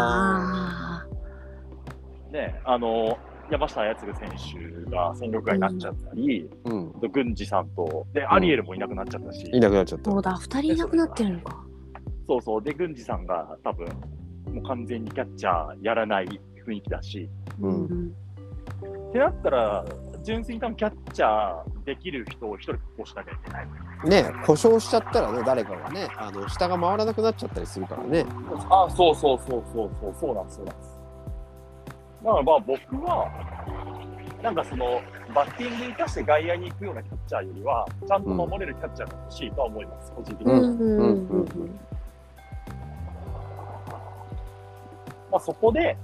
[SPEAKER 1] あ
[SPEAKER 2] ね、あの山下綾次選手が戦力外になっちゃったり、
[SPEAKER 3] あ。うん。
[SPEAKER 2] あと郡司さんと、で、アリエルもいなくなっちゃったし、
[SPEAKER 3] いなくなっちゃっ
[SPEAKER 1] ー
[SPEAKER 3] た
[SPEAKER 1] そ。うだ二人いなくなってるのか
[SPEAKER 2] そうそう、で、郡司さんが多分、もう完全にキャッチャーやらない雰囲気だし、
[SPEAKER 3] うん
[SPEAKER 1] ん
[SPEAKER 2] ってなったら、純粋に多分キャッチャーできる人を一人こうしなきゃいけない。
[SPEAKER 3] ね故障しちゃったらね誰かがねあの下が回らなくなっちゃったりするからね。
[SPEAKER 2] ああ、そうそうそうそうそう、そうなんです、そうなんです。だからまあ僕は、なんかその、バッティングに生かして外野に行くようなキャッチャーよりは、ちゃんと守れるキャッチャーが欲しいとは思います、個人的に。
[SPEAKER 3] うん
[SPEAKER 1] うんうん
[SPEAKER 3] うん
[SPEAKER 2] まあ、そこで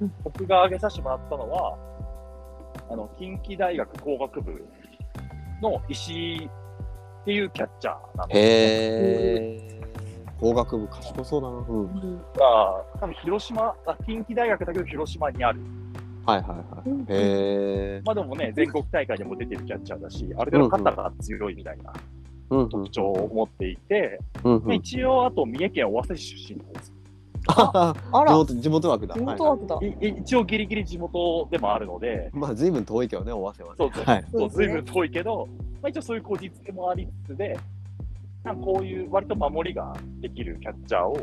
[SPEAKER 1] うん、
[SPEAKER 2] 僕が挙げさせてもらったのは、あの、近畿大学工学部の石井っていうキャッチャーなので、
[SPEAKER 3] へえ。工学部賢そうだな。うん。
[SPEAKER 1] うん
[SPEAKER 2] が多分広島あ、近畿大学だけど広島にある。
[SPEAKER 3] はいはいはい。
[SPEAKER 1] うん
[SPEAKER 3] へえ。
[SPEAKER 2] まあでもね、全国大会にも出てるキャッチャーだし、ある程度肩が強いみたいな
[SPEAKER 3] うん
[SPEAKER 2] 特徴を持っていて、
[SPEAKER 3] うん
[SPEAKER 2] まあ一応、あと三重県尾鷲市出身なんです
[SPEAKER 3] あ
[SPEAKER 1] あ
[SPEAKER 3] 地
[SPEAKER 1] ら
[SPEAKER 3] 元地元枠だ。
[SPEAKER 1] 地元
[SPEAKER 3] はいは
[SPEAKER 1] 枠だ
[SPEAKER 2] いい一応、ギリギリ地元でもあるので、
[SPEAKER 3] いまあ随分遠いけどね、尾鷲はね。
[SPEAKER 2] そうそう
[SPEAKER 3] はい。
[SPEAKER 2] そう
[SPEAKER 1] そうで
[SPEAKER 2] 随
[SPEAKER 1] すね
[SPEAKER 2] 分遠いけど、まあ、一応そういうこじつけもありつつで、なんかこういう割と守りができるキャッチャーを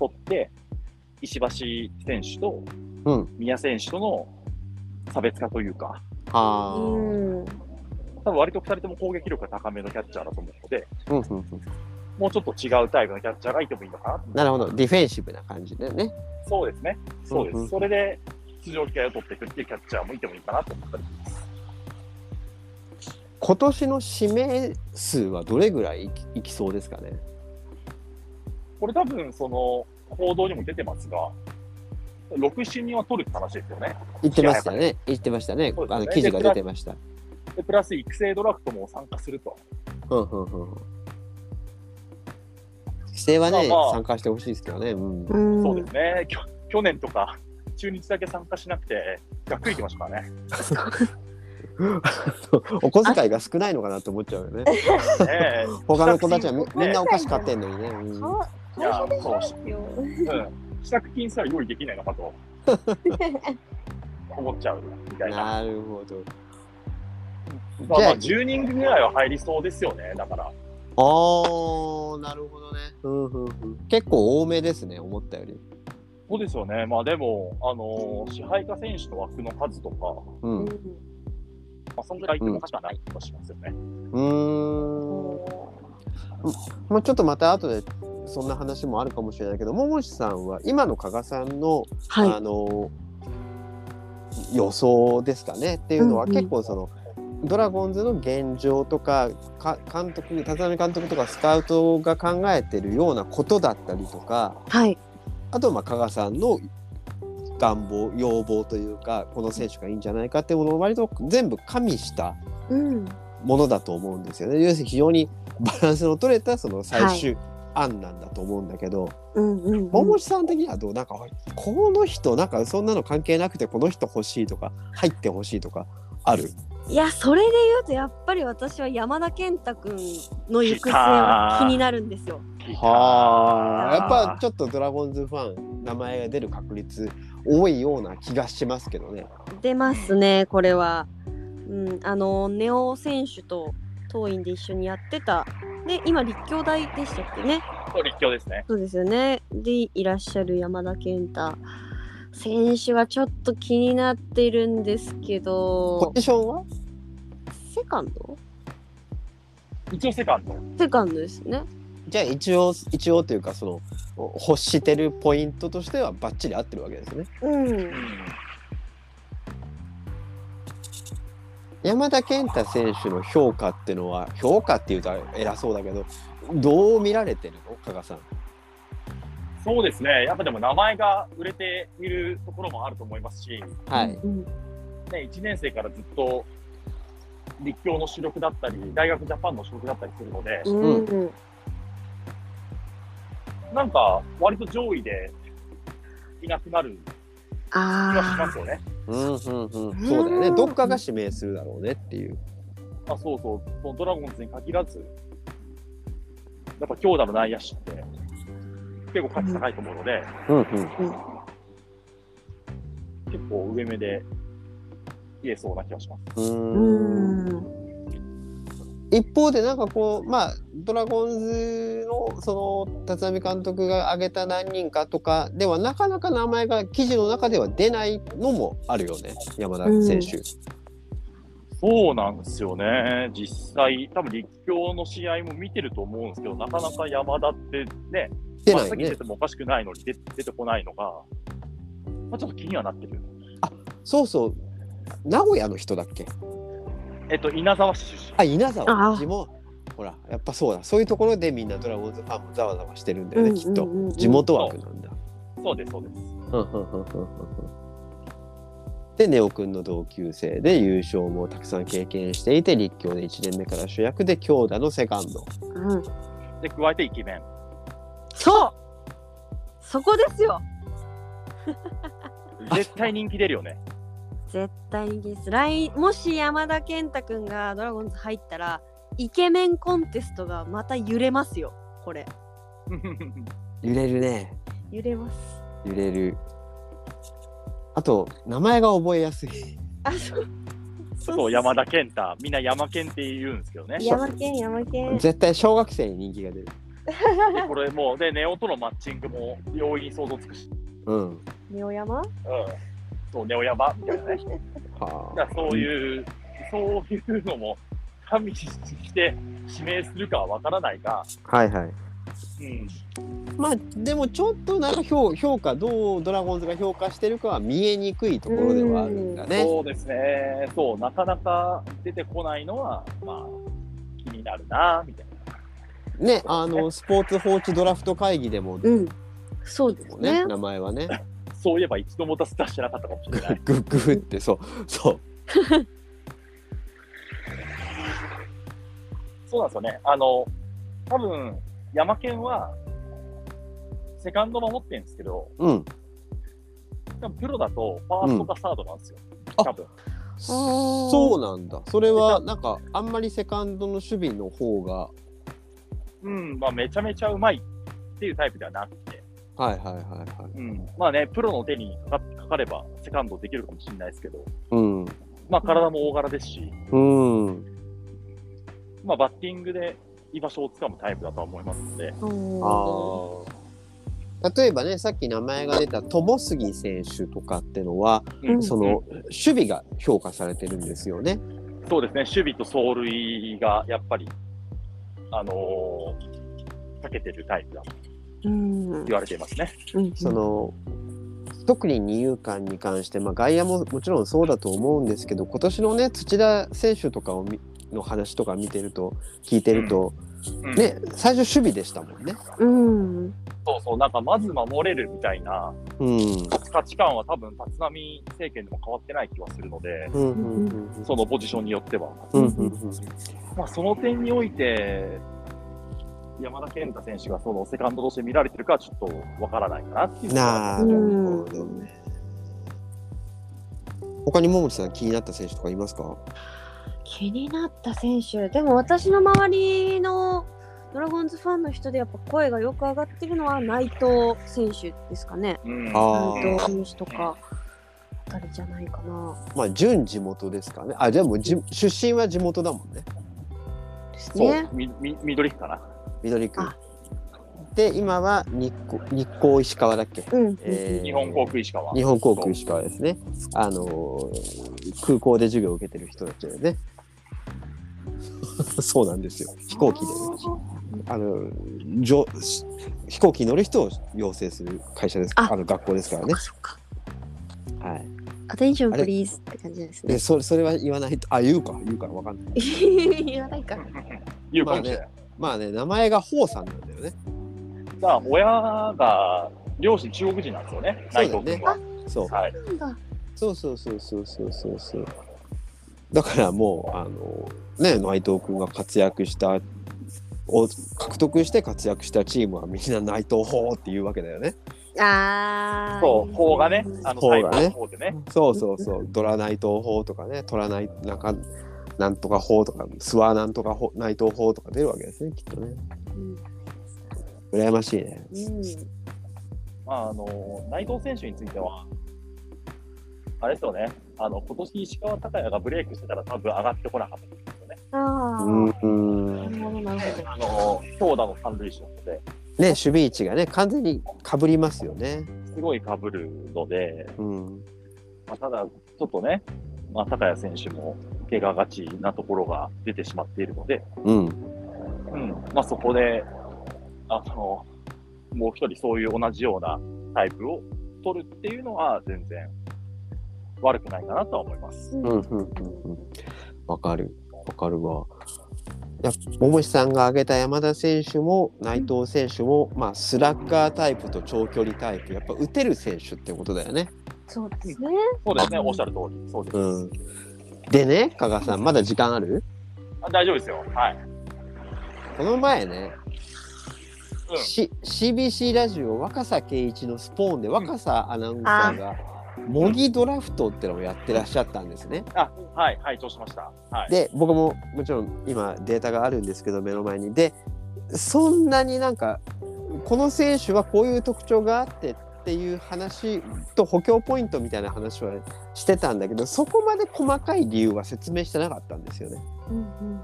[SPEAKER 2] 取って、石橋選手と
[SPEAKER 3] うん
[SPEAKER 2] 宮選手との差別化というか、
[SPEAKER 3] はあ。
[SPEAKER 1] う
[SPEAKER 3] うん
[SPEAKER 1] ん
[SPEAKER 2] 多分割と2人とも攻撃力が高めのキャッチャーだと思うので、
[SPEAKER 3] うんうん。
[SPEAKER 2] もうちょっと違うタイプのキャッチャーがいてもいいのかな
[SPEAKER 3] なるほど。ディフェンシブな感じだよね。
[SPEAKER 2] そうですね。そうです。
[SPEAKER 3] うんうん
[SPEAKER 2] それで出場機会を取っていくっていうキャッチャーもいてもいいかなと思ったり。
[SPEAKER 3] 今年の指名数はどれぐらいいきいきそうですかね。
[SPEAKER 2] これ多分、その、報道にも出てますが、6、7人は取るって話ですよね。
[SPEAKER 3] 言ってましたね。言ってましたね
[SPEAKER 2] そう。ですね
[SPEAKER 3] あの記事が出てました。
[SPEAKER 2] で、プラス育成ドラフトも参加すると。
[SPEAKER 3] うんうんうん。規制はね、
[SPEAKER 2] まあまあ
[SPEAKER 3] 参加してほしいですけどね。うん。
[SPEAKER 1] うん
[SPEAKER 2] そうですね。きょ去年とか、中日だけ参加しなくて、がっくりきましたからね。
[SPEAKER 3] お小遣いが少ないのかなって思っちゃうよね。
[SPEAKER 2] ねえ
[SPEAKER 3] 他の子たちはみ
[SPEAKER 2] 支度金
[SPEAKER 3] みんなお菓子買ってんのにね。うん
[SPEAKER 1] 顔
[SPEAKER 2] いや
[SPEAKER 1] 顔でかいですよ
[SPEAKER 2] うん。支度金すら用意できないのかと思っちゃうみたいな。
[SPEAKER 3] なるほど。
[SPEAKER 2] まあ、
[SPEAKER 3] じ
[SPEAKER 2] まあ
[SPEAKER 3] ゃ
[SPEAKER 2] 10人ぐらいは入りそうですよね。だから。
[SPEAKER 3] あ、あーなるほどね、うんうんうん。結構多めですね、思ったより。
[SPEAKER 2] そうですよね。まあでも、あのー支配下選手の枠の数とか、
[SPEAKER 3] う。
[SPEAKER 1] うんん
[SPEAKER 3] う
[SPEAKER 2] まあ、そんぐらいってもおかしくはない気がしますよね。
[SPEAKER 3] ーん。まあ、ちょっとまた後でそんな話もあるかもしれないけど、桃地さんは今の加賀さんの、
[SPEAKER 1] はい
[SPEAKER 3] あの予想ですかねっていうのは
[SPEAKER 1] うんうん
[SPEAKER 3] 結構その、ドラゴンズの現状とかか監督立浪監督とかスカウトが考えてるようなことだったりとか
[SPEAKER 1] はい
[SPEAKER 3] あとまあ加賀さんの願望要望というかこの選手がいいんじゃないかっていうものを割と全部加味した
[SPEAKER 1] うん
[SPEAKER 3] ものだと思うんですよね。要するに非常にバランスの取れたその最終案なんだと思うんだけど、
[SPEAKER 1] うんうんうん
[SPEAKER 3] 桃地さん的にはどうなんかこの人なんかそんなの関係なくてこの人欲しいとか入ってほしいとかある
[SPEAKER 1] いやそれで言うとやっぱり私は山田健太君の行く末は気になるんですよ。
[SPEAKER 3] はあやっぱちょっとドラゴンズファン名前が出る確率多いような気がしますけどね。
[SPEAKER 1] 出ますねこれは。うん、あのネオ選手と当院で一緒にやってたで今立教大でしたっけね
[SPEAKER 2] と立教ですね。
[SPEAKER 1] そうですよねでいらっしゃる山田健太選手はちょっと気になってるんですけ
[SPEAKER 3] ポ
[SPEAKER 1] ど
[SPEAKER 3] ジションは
[SPEAKER 1] セカンド
[SPEAKER 2] 一応セカンド。
[SPEAKER 1] セカンドですね。
[SPEAKER 3] じゃあ一応一応というかその欲してるポイントとしてはバッチリ合ってるわけですね。
[SPEAKER 1] うん
[SPEAKER 3] 山田健太選手の評価ってのは評価っていうと偉そうだけどどう見られてるの加賀さん。
[SPEAKER 2] そうですね。やっぱでも名前が売れているところもあると思いますし、ね、
[SPEAKER 3] はい。
[SPEAKER 1] うん
[SPEAKER 2] 1年生からずっと立教の主力だったり、大学ジャパンの主力だったりするので、
[SPEAKER 1] うん
[SPEAKER 2] なんか割と上位でいなくなる気がし
[SPEAKER 1] あ
[SPEAKER 2] ますよね。
[SPEAKER 3] うんうんうん。そうだよね。どっかが指名するだろうねっていう。
[SPEAKER 2] あそうそう、そのドラゴンズに限らず、やっぱ強打の内野手って結構価値高いと思うので、
[SPEAKER 3] うんうん。
[SPEAKER 2] 結構上目で言えそうな気がします。
[SPEAKER 3] う
[SPEAKER 1] あ
[SPEAKER 3] ーん
[SPEAKER 1] うん
[SPEAKER 3] 一方でなんかこうまあドラゴンズのその立浪監督が挙げた何人かとかではなかなか名前が記事の中では出ないのもあるよね山田選手。
[SPEAKER 2] そうなんですよね、実際、多分立教の試合も見てると思うんですけど、なかなか山田ってね、
[SPEAKER 3] 出
[SPEAKER 2] 真
[SPEAKER 3] な
[SPEAKER 2] っ
[SPEAKER 3] い
[SPEAKER 2] 先に
[SPEAKER 3] ね
[SPEAKER 2] 出。てもおかしくないのに出出てこないのが、まあ、ちょっと気にはなってる。
[SPEAKER 3] そうそう名古屋の人だっけ
[SPEAKER 2] えっと、稲沢市出
[SPEAKER 3] あ稲沢
[SPEAKER 1] あ
[SPEAKER 3] 地もほらやっぱそうだそういうところでみんなドラゴンズファンもざわざわしてるんだよね、きっと
[SPEAKER 1] と
[SPEAKER 3] 地元枠なんだ。
[SPEAKER 2] 身、そうです、そうです。
[SPEAKER 3] でネオくんの同級生で優勝もたくさん経験していて立教で1年目から主役で強打のセカンド。
[SPEAKER 1] うん
[SPEAKER 2] で、加えてイケメン。
[SPEAKER 1] そうそこですよ
[SPEAKER 2] 絶対人気出るよね。
[SPEAKER 1] 絶対にです来もし山田健太くんがドラゴンズ入ったらイケメンコンテストがまた揺れますよこれ
[SPEAKER 3] 揺れるね
[SPEAKER 1] 揺れます
[SPEAKER 3] 揺れるあと名前が覚えやすい
[SPEAKER 1] あそう
[SPEAKER 2] そう、山田健太。みんな山健って言うんですけどね。
[SPEAKER 1] 山健山健
[SPEAKER 3] 絶対小学生に人気が出る
[SPEAKER 2] でこれもう、で、ネオとのマッチングも容易に想像つくし、
[SPEAKER 3] うん
[SPEAKER 1] ネオ山
[SPEAKER 2] うん。そう、ネオ山みたいなね。
[SPEAKER 3] は
[SPEAKER 2] だからそういう、そういうのも、加味して指名するかはわからないが、
[SPEAKER 3] あはいはい
[SPEAKER 2] うん。
[SPEAKER 3] まあでもちょっとなんか評評価どうドラゴンズが評価してるかは見えにくいところではあるんだね
[SPEAKER 2] そうですね。そう、なかなか出てこないのは、まあ、気になるな、みたいな。
[SPEAKER 3] ねあのスポーツ報知ドラフト会議でも
[SPEAKER 1] うんそうです
[SPEAKER 3] ね
[SPEAKER 1] ね
[SPEAKER 3] 名前はね
[SPEAKER 2] そういえば一度も出す出してなかったかもしれ ない。
[SPEAKER 3] グッグフってそうそう
[SPEAKER 2] そうなんですよね。あの、多分、山県は、セカンド守ってるんですけど、
[SPEAKER 3] うん
[SPEAKER 2] 多分プロだと、ファーストかサードなんですよ。
[SPEAKER 3] あ
[SPEAKER 2] 多分。
[SPEAKER 1] ー
[SPEAKER 3] そうなんだそれはなんかあんまりセカンドの守備の方が
[SPEAKER 2] うん、まあ、めちゃめちゃうまいっていうタイプではなくて、
[SPEAKER 3] はいはいはいはい
[SPEAKER 2] うん、まあね、プロの手にかかかかれば、セカンドできるかもしれないですけど、
[SPEAKER 3] うん
[SPEAKER 2] まあ、体も大柄ですし、
[SPEAKER 3] うん
[SPEAKER 2] まあ、バッティングで居場所をつかむタイプだとは思いますの
[SPEAKER 1] あ
[SPEAKER 2] で、
[SPEAKER 3] あー例えばねさっき名前が出た友杉選手とかってのは
[SPEAKER 1] うん
[SPEAKER 3] その守備が評価されてるんですよね。
[SPEAKER 2] そうですね、守備と走塁がやっぱり、あのー、かけてるタイプだと
[SPEAKER 1] うんうん
[SPEAKER 2] 言われていますね。
[SPEAKER 3] その特に二遊間に関して、まあ、外野ももちろんそうだと思うんですけど今年のね土田選手とかを見の話とか見てると聞いてると、
[SPEAKER 2] うん
[SPEAKER 3] ね最初守備でしたもんね。
[SPEAKER 1] うん
[SPEAKER 2] そうそう、なんかまず守れるみたいな
[SPEAKER 3] うん
[SPEAKER 2] 価値観は多分、立浪政権でも変わってない気はするので、
[SPEAKER 3] うんうんうん
[SPEAKER 2] そのポジションによっては。
[SPEAKER 3] うんうんうん
[SPEAKER 2] まあ、その点において、山田健太選手がそのセカンドとして見られてるかはちょっとわからないかなっていう。
[SPEAKER 3] なるほどね。他に桃地さん気になった選手とかいますか？
[SPEAKER 1] 気になった選手でも私の周りのドラゴンズファンの人でやっぱ声がよく上がってるのは内藤選手ですかね
[SPEAKER 2] うん
[SPEAKER 3] あー
[SPEAKER 1] 内藤選手とかあたりじゃないかな
[SPEAKER 3] まあ準地元ですからねあじゃあもうじ出身は地元だもんね
[SPEAKER 1] です
[SPEAKER 2] そう、
[SPEAKER 1] ね
[SPEAKER 2] みみ緑区かな。
[SPEAKER 3] 緑区
[SPEAKER 1] あ
[SPEAKER 3] で今は日光日光石川だっけ、
[SPEAKER 1] うん、
[SPEAKER 3] えー
[SPEAKER 2] 日本航空石川。
[SPEAKER 3] 日本航空石川ですねあのー空港で授業を受けてる人たちだよねそうなんですよ飛行機でねあの乗飛行機に乗る人を養成する会社です
[SPEAKER 1] あ
[SPEAKER 3] あの学校ですから
[SPEAKER 1] そ
[SPEAKER 3] ね
[SPEAKER 1] っか、そっか
[SPEAKER 3] はい、
[SPEAKER 1] アテンション
[SPEAKER 3] あれ
[SPEAKER 1] プリーズって感じです
[SPEAKER 3] で
[SPEAKER 1] ね
[SPEAKER 3] それそれは言わないとあ言うか言うかわかんない
[SPEAKER 1] 言わないか
[SPEAKER 2] いうかもしれない。
[SPEAKER 3] まあね名前がホウさんなんだよね
[SPEAKER 2] じゃあ、親が両親中国人なんですよね、
[SPEAKER 3] そう
[SPEAKER 2] 内
[SPEAKER 3] だよ
[SPEAKER 2] 藤
[SPEAKER 3] ね
[SPEAKER 2] 君は。
[SPEAKER 3] そう
[SPEAKER 2] はい、
[SPEAKER 1] なんだ
[SPEAKER 3] そうそうそうそうそうそうそうだからもうあのね内藤君が活躍したを獲得して活躍したチームはみんな内藤法っていうわけだよね。
[SPEAKER 1] あー
[SPEAKER 2] そう、方がね、あの、
[SPEAKER 3] 方
[SPEAKER 2] 最後
[SPEAKER 3] がね
[SPEAKER 2] の方でね。
[SPEAKER 3] そうそうそう、ドラ内藤法とかね、取らない、なんか、なんとか法とか、諏訪なんとか法内藤法とか出るわけですね、きっとね。
[SPEAKER 1] うん
[SPEAKER 3] 羨ましいね。
[SPEAKER 1] うん
[SPEAKER 2] まあ、あの、内藤選手については、あれですよね、あの、今年石川昂弥がブレイクしてたら多分上がってこなかったですよね。
[SPEAKER 1] あ
[SPEAKER 3] うん
[SPEAKER 1] ー
[SPEAKER 3] うん
[SPEAKER 1] なるほどなるほど
[SPEAKER 2] あの、強打の三塁手なので、
[SPEAKER 3] ね、守備位置がね、完全に被りますよね。
[SPEAKER 2] すごい被るので、
[SPEAKER 3] うん。
[SPEAKER 2] まあ、ただ、ちょっとね、まあ、高谷選手も怪我がちなところが出てしまっているので、
[SPEAKER 3] うん。
[SPEAKER 2] うんまあ、そこで、あの、もう一人そういう同じようなタイプを取るっていうのは全然悪くないかなとは思います。
[SPEAKER 3] うん。うん。うん。うんわかる。わかるわ。やっぱ桃地さんが挙げた山田選手も内藤選手も、まあ、スラッガータイプと長距離タイプやっぱ打てる選手ってことだよね。
[SPEAKER 1] そうですね
[SPEAKER 2] そうですね、おっしゃる通り。そうです。
[SPEAKER 3] うんでね、加賀さん、まだ時間ある
[SPEAKER 2] あ大丈夫ですよ。はい。
[SPEAKER 3] この前ね、
[SPEAKER 2] うん
[SPEAKER 3] し CBC ラジオ若狭圭一のスポーンで若狭アナウンサーが模擬ドラフトってのをやってらっしゃったんですね。
[SPEAKER 2] あ、はい、はい、調しました。はい。
[SPEAKER 3] で、僕ももちろん今データがあるんですけど、目の前に。で、そんなになんか、この選手はこういう特徴があってっていう話と補強ポイントみたいな話はしてたんだけど、そこまで細かい理由は説明してなかったんですよね。
[SPEAKER 1] うん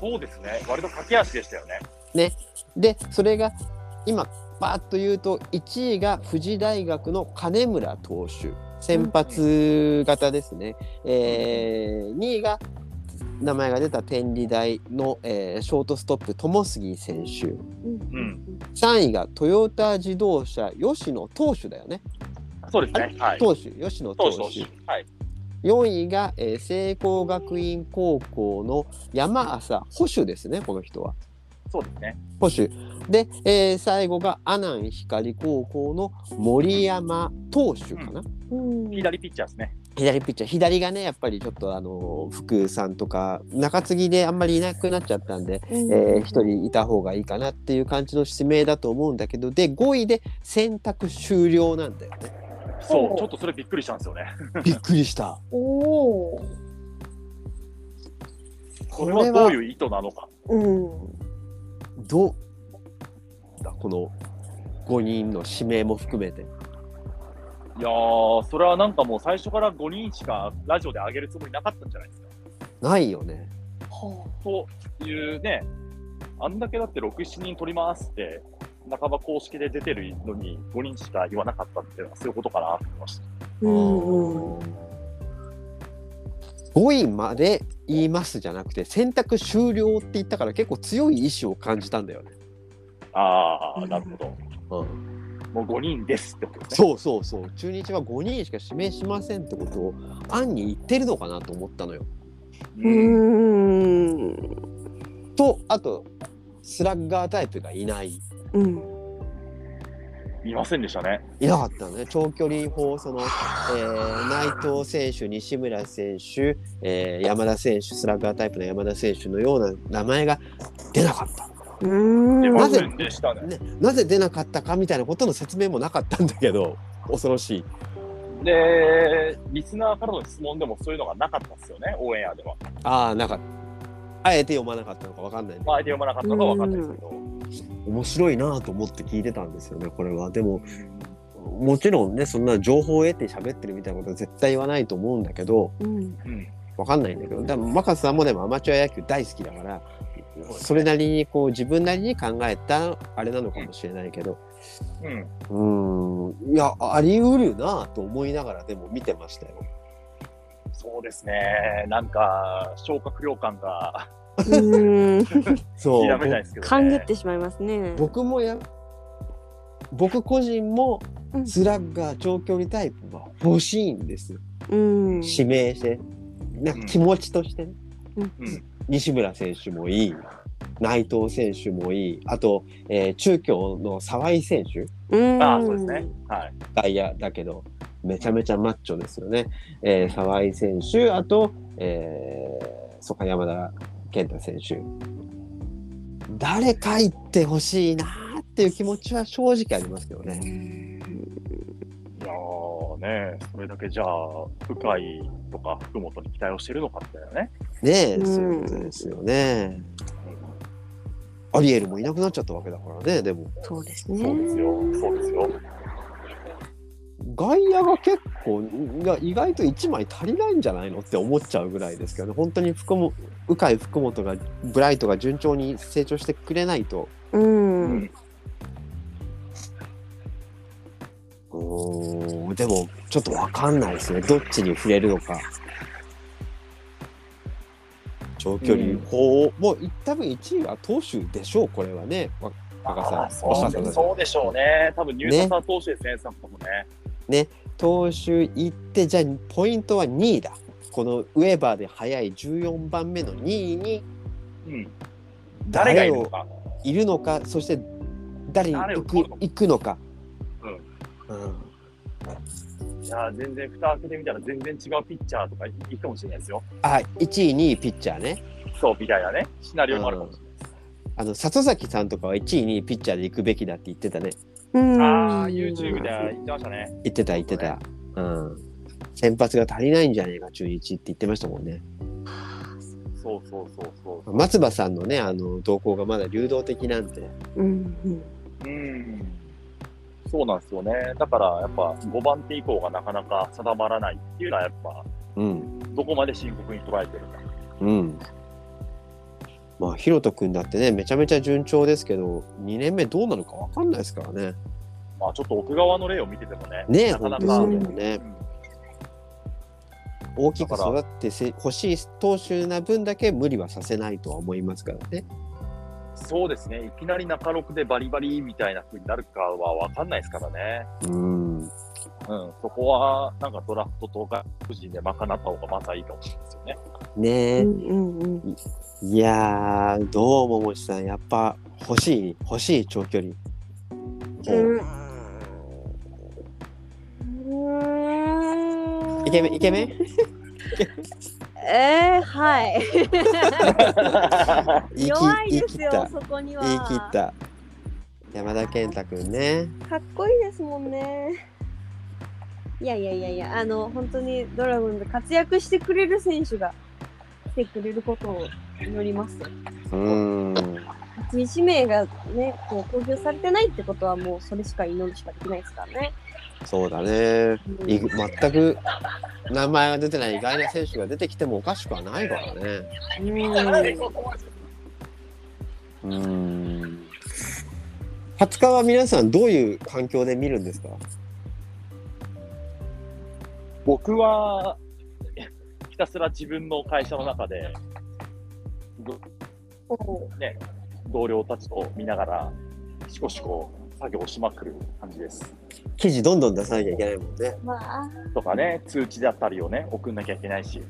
[SPEAKER 2] そうですね、割と駆け足でしたよね。
[SPEAKER 3] でそれが今バーッと言うと1位が富士大学の金村投手先発型ですね、えー、2位が名前が出た天理大の、えーショートストップ友杉選手
[SPEAKER 1] うん
[SPEAKER 2] う
[SPEAKER 1] うん
[SPEAKER 2] ん。
[SPEAKER 3] 3位がトヨタ自動車吉野投手だよね
[SPEAKER 2] そうですね。はい。
[SPEAKER 3] 投手吉野
[SPEAKER 2] 投
[SPEAKER 3] 投
[SPEAKER 2] 手、投
[SPEAKER 3] 手
[SPEAKER 2] 手。はい。
[SPEAKER 3] 4位が、えー、聖光学院高校の山浅捕手ですねこの人は。
[SPEAKER 2] そうですね。
[SPEAKER 3] 保守で、えー最後が阿南光高校の森山投手かな、
[SPEAKER 1] うん
[SPEAKER 2] 左ピッチャーですね。
[SPEAKER 3] 左ピッチャー左がねやっぱりちょっとあの福さんとか中継ぎであんまりいなくなっちゃったんで、
[SPEAKER 1] うん
[SPEAKER 3] えー、1人いた方がいいかなっていう感じの指名だと思うんだけどで5位で選択終了なんだよね
[SPEAKER 2] そ
[SPEAKER 1] お
[SPEAKER 2] う、
[SPEAKER 1] う
[SPEAKER 2] ちょっとそれびっくりしたんですよね。
[SPEAKER 3] びっくりした
[SPEAKER 1] おお
[SPEAKER 2] これはどういう意図なのか。
[SPEAKER 1] うん
[SPEAKER 3] どうだこの5人の指名も含めて
[SPEAKER 2] いやー、それはなんかもう最初から5人しかラジオで上げるつもりなかったんじゃないですか。
[SPEAKER 3] ないよね
[SPEAKER 1] は
[SPEAKER 2] というね、あんだけだって6、7人取りますって、半ば公式で出てるのに5人しか言わなかったっていうのはそういうことかなと思いました。
[SPEAKER 1] あうんうん
[SPEAKER 3] 5位まで言いますじゃなくて選択終了って言ったから結構強い意志を感じたんだよね。
[SPEAKER 2] あー、なるほど。
[SPEAKER 3] うん、
[SPEAKER 2] もう5人ですってことですね。
[SPEAKER 3] そうそうそう中日は5人しか指名しませんってことを暗に言ってるのかなと思ったのよ。
[SPEAKER 1] う
[SPEAKER 2] うん
[SPEAKER 1] ん
[SPEAKER 3] とあとスラッガータイプがいない
[SPEAKER 1] うん
[SPEAKER 2] 見ませんでしたね。
[SPEAKER 3] いなかったのね長距離砲その、えー内藤選手西村選手、えー山田選手スラッガータイプの山田選手のような名前が出なかった。
[SPEAKER 1] うん
[SPEAKER 2] 出
[SPEAKER 3] ま
[SPEAKER 2] ま
[SPEAKER 3] ず
[SPEAKER 2] せんでしたね。
[SPEAKER 3] ね、なぜ出なかったかみたいなことの説明もなかったんだけど恐ろしい。
[SPEAKER 2] で、リスナーからの質問でもそういうのがなかったですよね、オンエアでは。
[SPEAKER 3] ああ、なんか、あえて読まなかったのかわかんないんで
[SPEAKER 2] まあ、相手読まなかったのは分かんないですけど。
[SPEAKER 3] 面白いなぁと思って聞いてたんですよね、これは。でも、もちろんね、そんな情報を得て喋ってるみたいなことは絶対言わないと思うんだけど、
[SPEAKER 1] うん、
[SPEAKER 2] うん
[SPEAKER 3] わかんないんだけど、でも、マカスさんもでもアマチュア野球大好きだから、それなりにこう自分なりに考えたあれなのかもしれないけど、
[SPEAKER 2] うん
[SPEAKER 3] うーん、いや、あり得るなぁと思いながらでも見てましたよ。
[SPEAKER 2] そうですね、なんか、消化不良感が
[SPEAKER 1] うん、
[SPEAKER 3] そ
[SPEAKER 2] 否
[SPEAKER 3] う。
[SPEAKER 2] めないですけど、ね。
[SPEAKER 1] 勘ぐってしまいますね。
[SPEAKER 3] 僕もや僕個人も
[SPEAKER 1] うん
[SPEAKER 3] スラッガー長距離タイプは欲しいんですよ、
[SPEAKER 1] うん、
[SPEAKER 3] 指名してなんか気持ちとしてね、
[SPEAKER 2] うん
[SPEAKER 3] 西村選手もいい内藤選手もいいあと、えー中京の沢井選手
[SPEAKER 1] うん、
[SPEAKER 2] ああ、そうですね。はい。
[SPEAKER 3] 外野だけどめちゃめちゃマッチョですよね、えー沢井選手あと、えー、そっか山田健太選手誰かいってほしいなーっていう気持ちは正直ありますけどね。
[SPEAKER 2] いやーね、それだけじゃあ、深井とか福本に期待をしてるのかみたいなね。
[SPEAKER 3] ねえ、
[SPEAKER 1] うん
[SPEAKER 3] そういうことですよね。アリエルもいなくなっちゃったわけだからね、でも。
[SPEAKER 1] そうです
[SPEAKER 2] そうです
[SPEAKER 1] ね。
[SPEAKER 2] よ、そうですよ。
[SPEAKER 3] 外野が結構、いや意外と1枚足りないんじゃないのって思っちゃうぐらいですけどね、本当に福も鵜飼、福本が、ブライトが順調に成長してくれないと、
[SPEAKER 1] うん、
[SPEAKER 3] うーんでもちょっとわかんないですね、どっちに触れるのか。長距離砲、もう多分1位は投手でしょう、これはね、わ若さん
[SPEAKER 2] あーそうでそうでしょうね。多分入札は投手ですね、さんもね。
[SPEAKER 3] 投手行ってじゃあポイントは2位だこのウェーバーで早い14番目の2位に
[SPEAKER 2] うん。誰がいるのか。
[SPEAKER 3] いるのかそして誰に
[SPEAKER 2] 誰を
[SPEAKER 3] 行く
[SPEAKER 2] 取るのか
[SPEAKER 3] 行くのか、うん
[SPEAKER 2] いやー全然、蓋開けてみたら全然違うピッチャーとかいいかもしれないですよ。
[SPEAKER 3] あ1位2位ピッチャーね
[SPEAKER 2] そう、みたいなね、シナリオもあるかもしれないです。
[SPEAKER 3] あの里崎さんとかは1位2位ピッチャーで行くべきだって言ってたね
[SPEAKER 1] うん、
[SPEAKER 2] ああ、YouTube で言ってましたね。
[SPEAKER 3] 言ってた言ってた、うん先発が足りないんじゃねえか中日って言ってましたもんね
[SPEAKER 2] そうそうそうそ
[SPEAKER 3] 松葉さんのねあの動向がまだ流動的なんで
[SPEAKER 1] うん、うん、
[SPEAKER 2] う。うん。そうなんですよね。だから、やっぱ5番手以降がなかなか定まらないっていうのは、やっぱ、
[SPEAKER 3] うん
[SPEAKER 2] どこまで深刻に捉えてるか。
[SPEAKER 3] うん。まあ、ひろとくんだってね、めちゃめちゃ順調ですけど、2年目どうなるかわかんないですからね。
[SPEAKER 2] まあ、ちょっと奥側の例を見ててもね、
[SPEAKER 3] ねえ
[SPEAKER 2] なかな
[SPEAKER 1] 本
[SPEAKER 2] か、
[SPEAKER 1] 当
[SPEAKER 2] う
[SPEAKER 1] に
[SPEAKER 2] ん
[SPEAKER 1] そうだ
[SPEAKER 3] よね大きく育ってせ欲しい投手な分だけ無理はさせないとは思いますからね。
[SPEAKER 2] そうですね、いきなり中6でバリバリみたいな風になるかは分かんないですからね、
[SPEAKER 3] うん。
[SPEAKER 2] うん、そこはなんかドラフトと外国人で賄った方がまたいいかもしれないですよね。
[SPEAKER 3] ねえ、
[SPEAKER 1] うん、うん、
[SPEAKER 3] いやー、どうももちさん、やっぱ欲しい、欲しい長距離。
[SPEAKER 1] うん。
[SPEAKER 3] イケメン、イケメン
[SPEAKER 1] えー、はい。
[SPEAKER 3] 言い切
[SPEAKER 1] 弱い
[SPEAKER 3] 言い
[SPEAKER 1] です
[SPEAKER 3] 切っ
[SPEAKER 1] よ
[SPEAKER 3] た、。
[SPEAKER 1] そこには。
[SPEAKER 3] 言い切った。山田健太くんね。
[SPEAKER 1] かっこいいですもんね。いやいやいやいや、あの、本当にドラゴンズで活躍してくれる選手が来てくれることを祈ります。
[SPEAKER 3] うん。
[SPEAKER 1] 1位指名がね、こう公表されてないってことはもうそれしか祈るしかできないですからね。
[SPEAKER 3] そうだね。
[SPEAKER 1] うん
[SPEAKER 3] い全く名前が出てない意外な選手が出てきてもおかしくはないからね。
[SPEAKER 1] うん
[SPEAKER 3] うん。20日は皆さんどういう環境で見るんですか
[SPEAKER 2] 僕はひたすら自分の会社の中でど同僚たちと見ながら、しこしこ作業しまくる感じです。
[SPEAKER 3] 記事どんどん出さなきゃいけないもんね。
[SPEAKER 1] まあ、
[SPEAKER 2] とかね、通知だったりをね、送んなきゃいけないし、
[SPEAKER 3] うん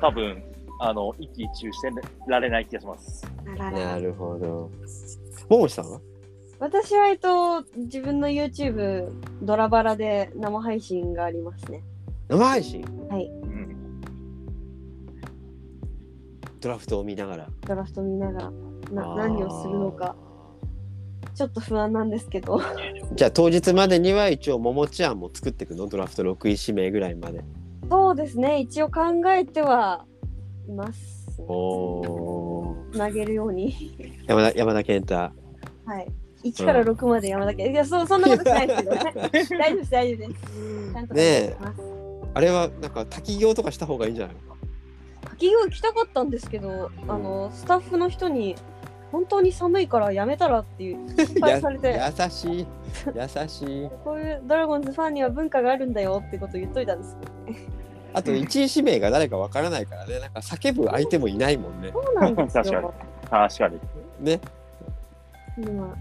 [SPEAKER 2] 多分あの一喜一憂してられない気がします。
[SPEAKER 1] あら
[SPEAKER 3] な
[SPEAKER 1] ら
[SPEAKER 3] るほど。ももちさんは
[SPEAKER 1] 私は、えっと、自分の YouTube ドラバラで生配信がありますね。
[SPEAKER 3] 生配信
[SPEAKER 2] うん、
[SPEAKER 3] ドラフトを見ながら。
[SPEAKER 1] ドラフト見ながらな
[SPEAKER 3] あー
[SPEAKER 1] 何をするのか。ちょっと不安なんですけど。
[SPEAKER 3] じゃあ当日までには一応桃ちゃんも作っていくのドラフト6位指名ぐらいまで。
[SPEAKER 1] そうですね、一応考えてはいます。
[SPEAKER 3] おー
[SPEAKER 1] つなげるように。
[SPEAKER 3] 山田山田健太。
[SPEAKER 1] はい。1から6まで山だけ。いや、そうそんなことないですけ どね。大丈夫です、大丈夫です。ちゃんと考えてます。
[SPEAKER 3] あれはなんか滝行とかした方がいいんじゃないの
[SPEAKER 1] かき氷来たかったんですけど、あのスタッフの人に本当に寒いからやめたらっていう心配されて
[SPEAKER 3] や優しい優しい
[SPEAKER 1] こういうドラゴンズファンには文化があるんだよってことを言っといたんですけど
[SPEAKER 3] あと1位指名が誰かわからないからねなんか叫ぶ相手もいないもんね
[SPEAKER 1] そうなんです
[SPEAKER 2] 確
[SPEAKER 1] よ
[SPEAKER 2] 確かに。
[SPEAKER 3] ね
[SPEAKER 1] 今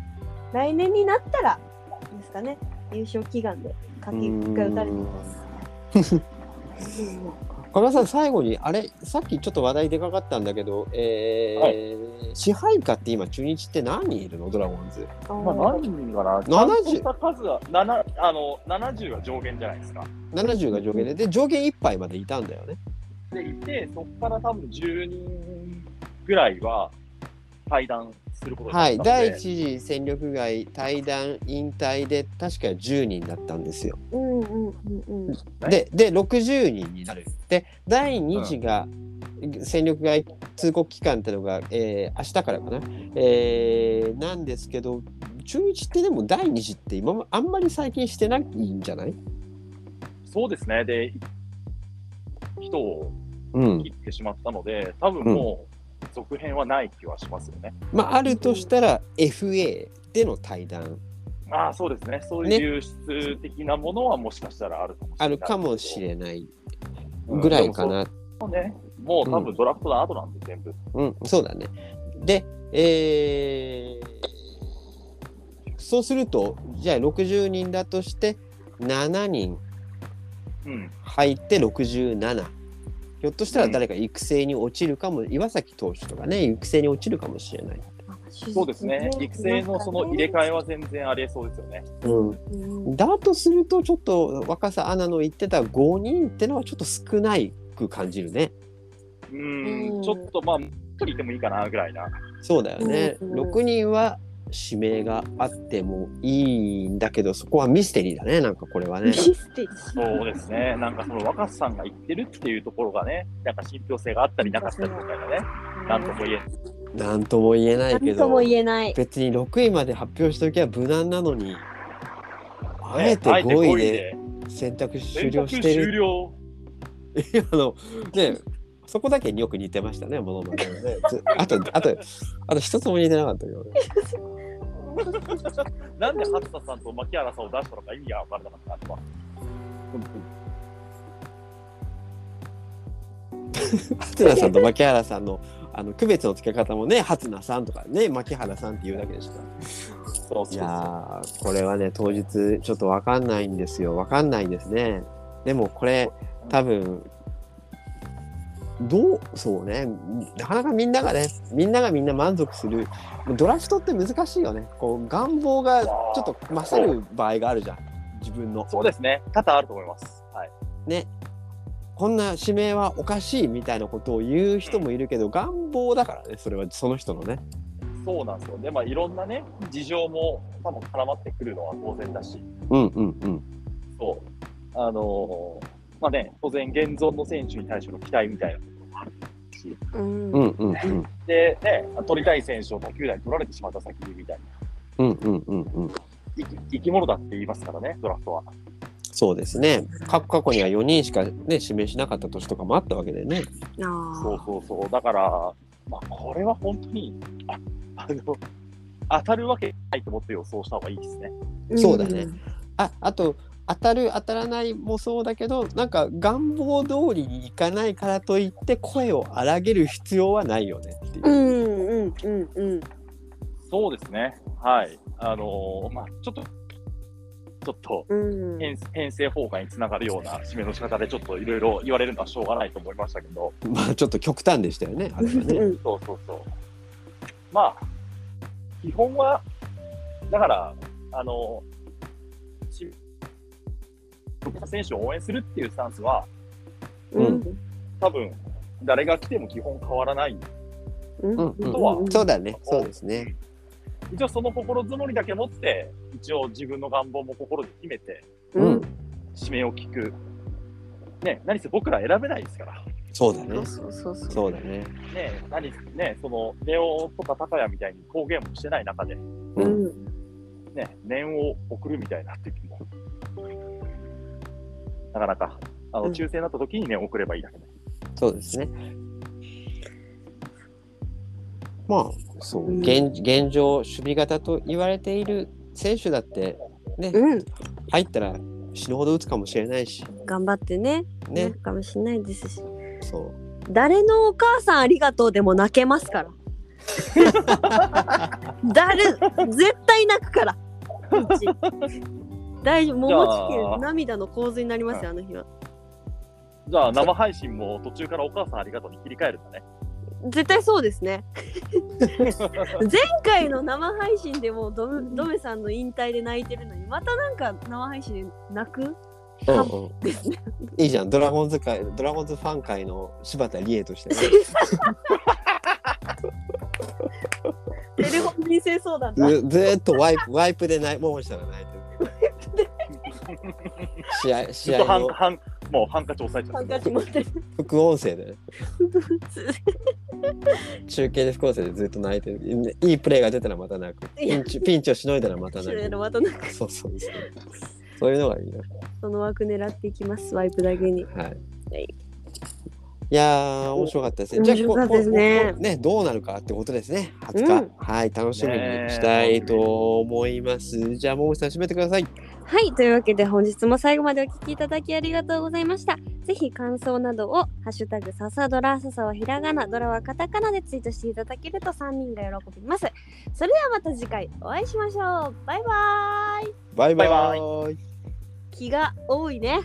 [SPEAKER 1] 来年になったらですかね優勝祈願でかき氷が打たれてます
[SPEAKER 3] 加賀さん最後にあれさっきちょっと話題でかかったんだけど、えー
[SPEAKER 2] は
[SPEAKER 3] 支配下って今中日って何人いるのドラゴンズ
[SPEAKER 2] まあ、何人かな、
[SPEAKER 3] 70
[SPEAKER 2] ちゃんとした数は7あの70は上限じゃないですか。
[SPEAKER 3] 70が上限でで上限いっぱいまでいたんだよね
[SPEAKER 2] で、いて、そこから多分10人ぐらいは対談することにな
[SPEAKER 3] は
[SPEAKER 2] った
[SPEAKER 3] い
[SPEAKER 2] ので、
[SPEAKER 3] 第一次戦力外退団引退で確か10人だったんですよ
[SPEAKER 1] うんうんうんうん
[SPEAKER 3] でで60人になるで第2次が、戦力外通告期間ってのが、えー明日からかな、えーなんですけど中日ってでも第2次って今もあんまり最近してないんじゃない、
[SPEAKER 2] そうですね。で、人を
[SPEAKER 3] うん、
[SPEAKER 2] 切ってしまったので、多分もう続編はない気はしますよね。
[SPEAKER 3] まああるとしたら FA での対談
[SPEAKER 2] ああ、そうですね。そう
[SPEAKER 3] ね
[SPEAKER 2] いう流出的なものはもしかしたらあるかもしれない。
[SPEAKER 3] あるかもしれないぐらいかな
[SPEAKER 2] もね、もう多分ドラフトの後なんで、全部。
[SPEAKER 3] うん、そうだね。で、えーそうすると、じゃあ60人だとして、7人
[SPEAKER 2] うん。
[SPEAKER 3] 入って67。ひょっとしたら誰か育成に落ちるかも、岩崎投手とかね、育成に落ちるかもしれない。
[SPEAKER 2] そうですね。育成のその入れ替えは全然ありえそうですよね。
[SPEAKER 1] うん
[SPEAKER 3] だとすると、ちょっと若狭アナの言ってた5人ってのはちょっと少ないく感じるね。
[SPEAKER 2] う
[SPEAKER 1] うん
[SPEAKER 2] ん、ちょっとまあ、一人でもいいかなぐらいな。
[SPEAKER 3] そうだよね。
[SPEAKER 1] うんうん
[SPEAKER 3] 6人は指名があってもいいんだけど、そこはミステリーだね、なんかこれはね
[SPEAKER 1] ミ。ステリー
[SPEAKER 2] そうです ね。なんかその若狭さんが言ってるっていうところがね、なんか信憑性があったりなかったりみたいなね、なんとも言え
[SPEAKER 3] なんとも言えないけ
[SPEAKER 1] 何
[SPEAKER 3] ど
[SPEAKER 1] とも言えない
[SPEAKER 3] 別に6位まで発表しておきゃ無難なのにあ
[SPEAKER 2] ない
[SPEAKER 3] え
[SPEAKER 2] ね
[SPEAKER 3] て5位で。選択終了して
[SPEAKER 2] 終
[SPEAKER 3] る
[SPEAKER 2] 了。
[SPEAKER 3] あのねそこだけによく似てましたねものまね ねずあとあとあと一つも似てなかったけどね
[SPEAKER 2] なんで初田さんと牧原さんを出したのか意味が分からなかったなとは。
[SPEAKER 3] 初菜さんと牧原さんのあの区別のつけ方もね初菜さんとかね牧原さんっていうだけでした
[SPEAKER 2] そう
[SPEAKER 3] い
[SPEAKER 2] そう
[SPEAKER 3] や
[SPEAKER 2] そう。
[SPEAKER 3] ーこれはね当日ちょっと分かんないんですよ分かんないですねでもこれ多分どうそうねなかなかみんながねみんながみんな満足するドラフトって難しいよねこう願望がちょっと勝る場合があるじゃん自分の
[SPEAKER 2] そうですね。多々あると思います。はい。
[SPEAKER 3] ねこんな指名はおかしいみたいなことを言う人もいるけど願望だからねそれはその人のね
[SPEAKER 2] そうなんですよ。で、まあ、いろんなね、事情も多分絡まってくるのは当然だし、
[SPEAKER 3] うんうんうん
[SPEAKER 2] そう。あのーまあね、当然現存の選手に対しての期待みたいなところもあるし、
[SPEAKER 1] うん
[SPEAKER 3] うんうんうん
[SPEAKER 2] で、ね、取りたい選手を他球団に取られてしまった先みたいな、
[SPEAKER 3] うんうんうんうん
[SPEAKER 2] 生き生き物だって言いますからね、ドラフトは。
[SPEAKER 3] そうですね。過過去には4人しか、ね、指名しなかった年とかもあったわけでね。
[SPEAKER 2] そうそうそう。だから、まあ、これは本当に、ああの、当たるわけないと思って予想した方がいいですね。
[SPEAKER 3] そうだねああと当たる当たらないもそうだけどなんか願望通りにいかないからといって声を荒げる必要はないよねっていう。
[SPEAKER 1] うんうんうんうん
[SPEAKER 2] そうですね。はい。あのーまあ、ちょっと、ちょっと、
[SPEAKER 1] うん
[SPEAKER 2] 編編成崩壊につながるような締めの仕方で、ちょっといろいろ言われるのはしょうがないと思いましたけど、
[SPEAKER 3] まあちょっと極端でしたよね。あれはね
[SPEAKER 1] うん
[SPEAKER 2] そうそうそう。まあ、基本は、だから、あのーし選手を応援するっていうスタンスは、
[SPEAKER 1] うん
[SPEAKER 2] 多分誰が来ても基本変わらない
[SPEAKER 1] うん
[SPEAKER 3] うん
[SPEAKER 1] うん
[SPEAKER 3] うんそうだね。そうですね。
[SPEAKER 2] 一応その心づもりだけ持って、一応自分の願望も心に秘めて、
[SPEAKER 1] う
[SPEAKER 3] うん
[SPEAKER 1] ん、
[SPEAKER 2] 指名を聞く。ね、何せ僕ら選べないですから。
[SPEAKER 3] そうだね
[SPEAKER 1] そうそうそう
[SPEAKER 3] そうだね
[SPEAKER 2] ね、何せね、その、ネオとか高谷みたいに公言もしてない中で、
[SPEAKER 1] う
[SPEAKER 3] うん
[SPEAKER 1] ん
[SPEAKER 2] ね、念を送るみたいな時も、なかなか、あの、
[SPEAKER 1] うん
[SPEAKER 2] 抽選になった時に念を送ればいいだけで。
[SPEAKER 3] そうですねまあそう
[SPEAKER 1] うん
[SPEAKER 3] 現現状守備型と言われている選手だってね、
[SPEAKER 1] うん、
[SPEAKER 3] 入ったら死ぬほど打つかもしれないし
[SPEAKER 1] 頑張ってねな
[SPEAKER 3] ね
[SPEAKER 1] る、かもしれないですし
[SPEAKER 3] そう
[SPEAKER 1] 誰のお母さんありがとうでも泣けますから誰絶対泣くからうち大丈夫
[SPEAKER 2] じゃあ
[SPEAKER 1] 桃地球涙の洪水になりますよあの日は
[SPEAKER 2] じゃあ、生配信も途中からお母さんありがとうに切り替えるんだね。
[SPEAKER 1] 絶対そうです ね前回の生配信でもうドムドメさんの引退で泣いてるのにまたなんか生配信で泣く
[SPEAKER 3] うん
[SPEAKER 1] か
[SPEAKER 3] うん
[SPEAKER 1] ですね
[SPEAKER 3] いいじゃんドラゴンズ会ドラゴンズファン会の柴田理恵として ね、
[SPEAKER 1] テレフォン人生相談だ
[SPEAKER 3] ずずーっとワイプワイプでないももしたら泣い てる。試合
[SPEAKER 2] ず
[SPEAKER 3] 試
[SPEAKER 2] っと
[SPEAKER 3] 合
[SPEAKER 2] ハン
[SPEAKER 3] の
[SPEAKER 2] ハンもうハンカチ押さえちゃ
[SPEAKER 1] ハ
[SPEAKER 2] っ
[SPEAKER 1] ン
[SPEAKER 2] て
[SPEAKER 1] カチ持ってる
[SPEAKER 3] 副音 声でね中継で副音声でずっと泣いてるいいいプレーが出たらまた泣く
[SPEAKER 1] い
[SPEAKER 3] ピ
[SPEAKER 1] や
[SPEAKER 3] ンチピンチをしのいだらまた
[SPEAKER 1] 白
[SPEAKER 3] 泣
[SPEAKER 1] いの
[SPEAKER 3] く
[SPEAKER 1] またなんか
[SPEAKER 3] そうそうそうそういうのがいいな
[SPEAKER 1] その枠狙っていきますワイプだけに
[SPEAKER 3] はい
[SPEAKER 1] はい
[SPEAKER 3] いやー面白かったですねじゃあ
[SPEAKER 1] 面白かったですね
[SPEAKER 3] こここねどうなるかってことですね20日、
[SPEAKER 1] うん
[SPEAKER 3] はい楽しみにしたいと思います、じゃあももさん締めてください
[SPEAKER 1] はい、というわけで本日も最後までお聞きいただきありがとうございました。ぜひ感想などを「ハッシュタグササドラササはひらがなドラはカタカナ」でツイートしていただけると3人が喜びます。それではまた次回お会いしましょう。バイバーイ。
[SPEAKER 3] バイバイ
[SPEAKER 2] バイ
[SPEAKER 3] イ
[SPEAKER 1] 気が多いね。